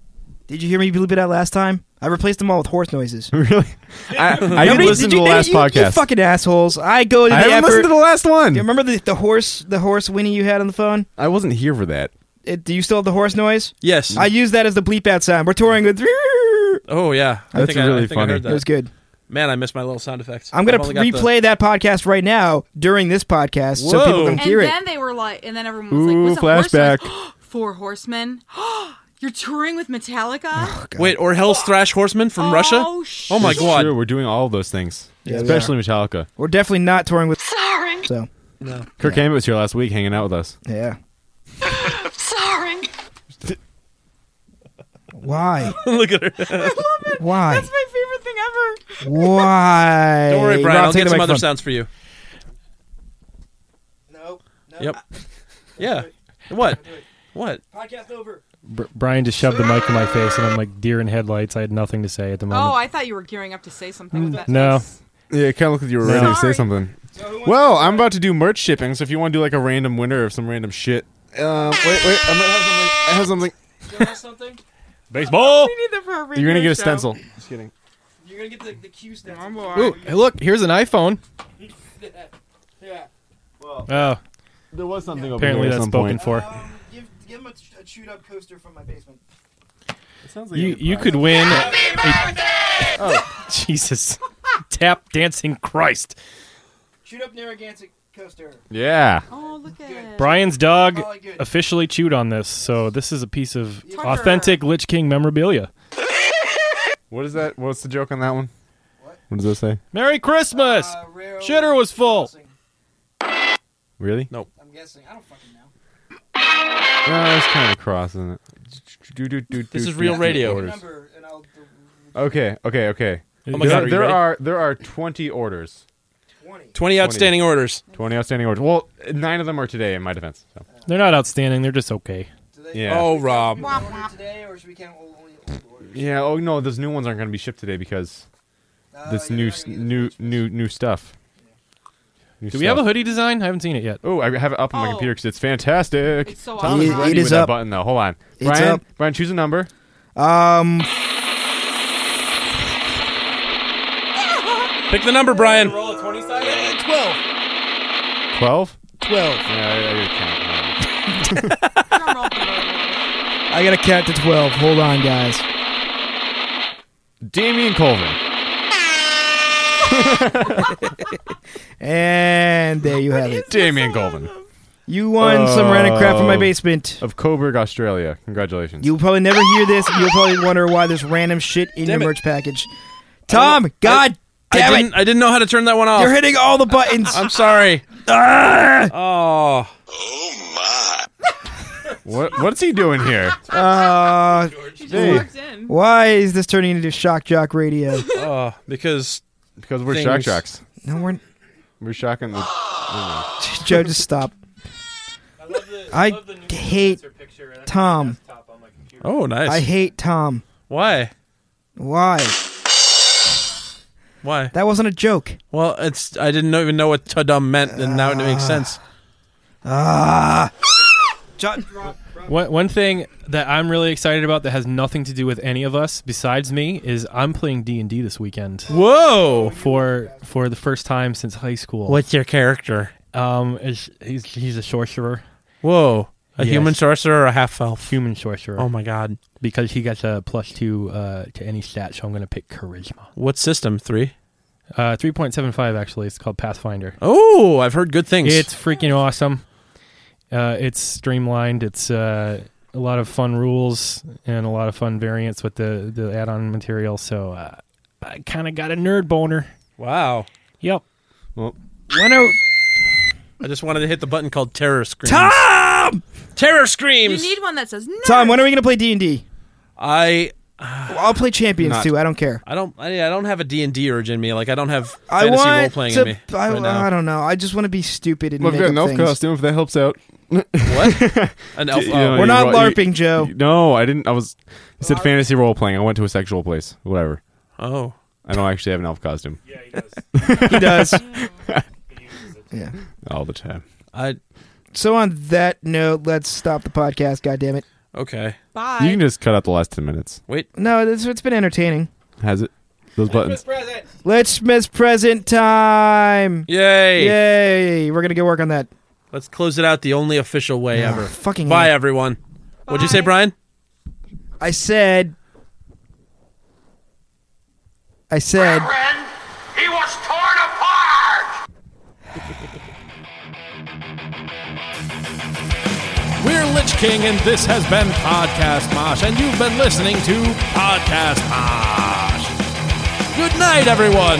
Speaker 2: Did you hear me bleep it out last time? I replaced them all with horse noises.
Speaker 4: [laughs] Really? I, I didn't
Speaker 2: Nobody-
Speaker 4: listen
Speaker 2: did
Speaker 4: to the
Speaker 2: you-
Speaker 4: last
Speaker 2: you- You
Speaker 4: podcast.
Speaker 2: fucking assholes! I go to the
Speaker 4: I haven't
Speaker 2: effort.
Speaker 4: listened to the last
Speaker 2: Do you
Speaker 4: one.
Speaker 2: remember the, the horse the horse whinny you had on the phone?
Speaker 4: I wasn't here for that.
Speaker 2: It, do you still have the horse noise?
Speaker 4: Mm.
Speaker 1: Yes.
Speaker 2: I use that as the bleep out sound. We're touring with. It
Speaker 1: oh yeah. I
Speaker 4: That's
Speaker 1: think I- I,
Speaker 4: really
Speaker 1: think I
Speaker 4: funny.
Speaker 1: heard that.
Speaker 2: was good.
Speaker 1: Man, I missed my little sound effects.
Speaker 2: I'm gonna
Speaker 1: I've only got the-
Speaker 2: replay that podcast right now during this podcast so
Speaker 1: Whoa.
Speaker 2: people can
Speaker 1: And
Speaker 5: And
Speaker 2: hear it.
Speaker 5: then they were like, and then everyone was
Speaker 4: Ooh,
Speaker 5: like, "What's that horse
Speaker 4: flashback.
Speaker 5: noise? [gasps] Four horsemen. [gasps] You're touring with Metallica.
Speaker 1: Wait, or Hell's Thrash Horseman from Russia? [laughs]
Speaker 5: Oh, shit.
Speaker 1: Oh my
Speaker 4: It's
Speaker 1: god.
Speaker 4: true, we're doing all of those things,
Speaker 2: Yeah, we
Speaker 4: especially Metallica.
Speaker 2: We're definitely not touring with.
Speaker 6: Sorry.
Speaker 2: So
Speaker 1: No.
Speaker 4: Kirk Hammett was here last week, hanging out with us.
Speaker 5: [laughs]
Speaker 2: yeah.
Speaker 6: Sorry.
Speaker 2: Why?
Speaker 1: Look at her.
Speaker 2: Why?
Speaker 5: That's my favorite thing ever.
Speaker 2: Why?
Speaker 1: Don't worry, Brian.
Speaker 2: Rob,
Speaker 1: I'll
Speaker 2: take
Speaker 1: get
Speaker 2: the
Speaker 1: some other
Speaker 2: microphone.
Speaker 1: sounds for you.
Speaker 2: No. No.
Speaker 1: Yep. Yeah. What? What?
Speaker 2: Podcast over.
Speaker 7: Br- Brian just shoved the mic in my face, and I'm like deer in headlights. I had nothing to say at the moment.
Speaker 5: Oh, I thought you were gearing up to say something with that.
Speaker 7: no,
Speaker 5: face.
Speaker 4: Yeah, it kind of looked like you were ready to
Speaker 5: Sorry.
Speaker 4: say something. Well, I'm about to do merch shipping, so if you want to do like a random winner of some random shit, um, wait, wait, I might have something. I have something.
Speaker 7: baseball.
Speaker 5: We need that for our radio
Speaker 4: You're gonna get a
Speaker 5: show.
Speaker 4: stencil.
Speaker 2: You're gonna get the, the cue snap.
Speaker 7: Ooh, hey, look, here's an
Speaker 4: [laughs]
Speaker 7: iPhone.
Speaker 2: Yeah.
Speaker 7: Oh,
Speaker 4: There was something over
Speaker 7: apparently that's spoken for.
Speaker 2: give, give him a, a chewed up coaster from my basement.
Speaker 7: You you could win. a-
Speaker 4: Oh.
Speaker 7: [laughs] Jesus, tap dancing Christ.
Speaker 2: Chewed up Narragansett coaster.
Speaker 4: Yeah.
Speaker 5: Oh, look at it.
Speaker 7: Brian's dog
Speaker 2: All good.
Speaker 7: officially chewed on this, so this is a piece of
Speaker 5: Tucker.
Speaker 7: authentic Lich King memorabilia.
Speaker 4: What is that? What's the joke on that one? What? What does that say?
Speaker 7: Merry Christmas!
Speaker 2: rare
Speaker 7: Shitter was full.
Speaker 4: Really?
Speaker 1: No.
Speaker 2: I'm guessing. I don't fucking know.
Speaker 4: No, it's kind of cross, isn't it? Do, do, do,
Speaker 1: This
Speaker 4: do,
Speaker 1: is real
Speaker 4: do,
Speaker 1: radio.
Speaker 4: orders.
Speaker 2: Number and I'll
Speaker 4: Okay, okay, okay.
Speaker 1: Oh my
Speaker 4: There,
Speaker 1: god. Are
Speaker 4: are,
Speaker 1: you
Speaker 4: there
Speaker 1: ready?
Speaker 4: are there are 20 orders.
Speaker 2: 20.
Speaker 1: 20 outstanding orders.
Speaker 4: 20 outstanding orders. Well, 9 of them are today in my defense. So.
Speaker 7: They're not outstanding. They're just okay.
Speaker 2: Do they
Speaker 4: Yeah.
Speaker 1: Oh, Rob.
Speaker 2: order today or should we count only old orders?
Speaker 4: Yeah, oh no, those new ones aren't going to be shipped today because
Speaker 5: Oh,
Speaker 2: Uh,
Speaker 4: this
Speaker 2: yeah,
Speaker 4: new
Speaker 2: they're
Speaker 4: s-
Speaker 2: not gonna get
Speaker 4: new
Speaker 2: those.
Speaker 4: new new stuff. New
Speaker 7: Do we have a
Speaker 4: stuff.
Speaker 7: hoodie design? I haven't seen it yet.
Speaker 4: Oh, I have it up on my
Speaker 5: Oh.
Speaker 4: computer because it's fantastic.
Speaker 5: It's so
Speaker 4: Tom is
Speaker 2: It-
Speaker 5: awesome.
Speaker 4: ready
Speaker 2: it is
Speaker 4: with that
Speaker 2: up.
Speaker 4: button though. Hold on,
Speaker 2: It's
Speaker 4: Brian.
Speaker 2: up.
Speaker 4: Brian, choose a number.
Speaker 2: Um,
Speaker 1: Pick the number, Brian.
Speaker 4: Twelve.
Speaker 2: 12.
Speaker 4: Yeah, I, I didn't count.
Speaker 5: Drum roll.
Speaker 2: I gotta count to 12. Hold on, guys.
Speaker 4: Damien Colvin.
Speaker 2: And there you have it.
Speaker 4: Damien Colvin
Speaker 2: You won some random crap from my
Speaker 4: Oh.
Speaker 2: basement.
Speaker 4: of Coburg, Australia. Congratulations.
Speaker 2: You'll probably never hear this. You'll probably wonder why there's random shit in
Speaker 1: Damn
Speaker 2: your
Speaker 1: it.
Speaker 2: merch package. Tom, God
Speaker 1: I
Speaker 2: damn it.
Speaker 1: didn't I didn't know how to turn that one off.
Speaker 2: You're hitting all the buttons.
Speaker 1: I'm sorry. Oh.
Speaker 4: What what's he doing here?
Speaker 2: Uh,
Speaker 5: She just
Speaker 4: Hey.
Speaker 5: walked in.
Speaker 2: why is this turning into shock
Speaker 1: [laughs]
Speaker 2: jock radio?
Speaker 1: Oh, because
Speaker 4: Because we're
Speaker 1: Things.
Speaker 4: shock jocks.
Speaker 2: No, we're
Speaker 4: We're
Speaker 2: [gasps]
Speaker 4: shocking the [laughs]
Speaker 2: [laughs] Joe. Just stop. I love the new hate influencer Tom.
Speaker 1: Oh, nice.
Speaker 2: I hate Tom.
Speaker 1: Why?
Speaker 2: Why?
Speaker 1: Why?
Speaker 2: That wasn't a joke.
Speaker 1: Well, it's I didn't know, even know what tudum meant and now it makes sense.
Speaker 2: John,
Speaker 7: One, one thing that I'm really excited about that has nothing to do with any of us besides me is I'm playing D and D this weekend
Speaker 1: Whoa.
Speaker 7: for for the first time since high school.
Speaker 1: your character?
Speaker 7: Um, is, he's he's a sorcerer.
Speaker 1: Whoa. A
Speaker 7: Yes.
Speaker 1: human sorcerer or a half elf?
Speaker 7: Human sorcerer.
Speaker 1: Oh my god.
Speaker 7: because he gets a plus two uh, to any stat, so I'm going to pick charisma.
Speaker 1: What system? Three?
Speaker 7: Uh, 3.75 actually. It's called Pathfinder.
Speaker 1: Oh, I've heard good things.
Speaker 7: It's freaking awesome. Uh, it's streamlined. It's uh, a lot of fun rules and a lot of fun variants with the the add-on material. So uh, I kind of got a nerd boner.
Speaker 1: wow.
Speaker 7: Yep.
Speaker 2: When are
Speaker 1: I just wanted to hit the button called Terror Screams. Tom! Terror Screams!
Speaker 5: one that says no.
Speaker 2: Tom? When are we gonna play D and D?
Speaker 1: I
Speaker 2: I'll play Champions
Speaker 4: Not-
Speaker 2: too. I don't care.
Speaker 1: I don't I, I don't have a D&D urge in me. Like I don't have
Speaker 2: I
Speaker 1: fantasy
Speaker 2: want
Speaker 1: role playing
Speaker 2: to,
Speaker 1: in me.
Speaker 2: I,
Speaker 1: right now.
Speaker 2: I don't know. I just want to be stupid and
Speaker 4: Well, I've
Speaker 2: make
Speaker 4: got
Speaker 2: up
Speaker 4: an elf
Speaker 2: things.
Speaker 4: costume if that helps out.
Speaker 1: What? An elf.
Speaker 4: You
Speaker 1: oh,
Speaker 4: know,
Speaker 2: We're
Speaker 4: you
Speaker 2: not
Speaker 4: ro- you-
Speaker 2: LARPing, Joe.
Speaker 4: No, I didn't. I was. I said fantasy role playing. I went to a sexual place. Whatever.
Speaker 1: oh.
Speaker 4: I don't actually have an elf costume
Speaker 2: He does. yeah.
Speaker 4: all the time.
Speaker 1: I
Speaker 2: So on that note, let's stop the podcast. God damn it!
Speaker 1: okay.
Speaker 5: Bye.
Speaker 4: You can just cut out the last ten minutes.
Speaker 1: Wait.
Speaker 2: No, it's, it's been entertaining.
Speaker 4: Has it? Those buttons.
Speaker 2: Let's miss present time.
Speaker 1: Yay.
Speaker 2: Yay! We're gonna go work on that.
Speaker 1: Let's close it out the only official way
Speaker 2: Ugh,
Speaker 1: ever.
Speaker 2: fucking
Speaker 1: Bye
Speaker 2: hate-
Speaker 1: everyone. What'd you say, Brian?
Speaker 2: I said. I said.
Speaker 8: He was torn apart!
Speaker 7: We're Lich King, and this has been Podcast Mosh, and you've been listening to Podcast Mosh. Good night, everyone.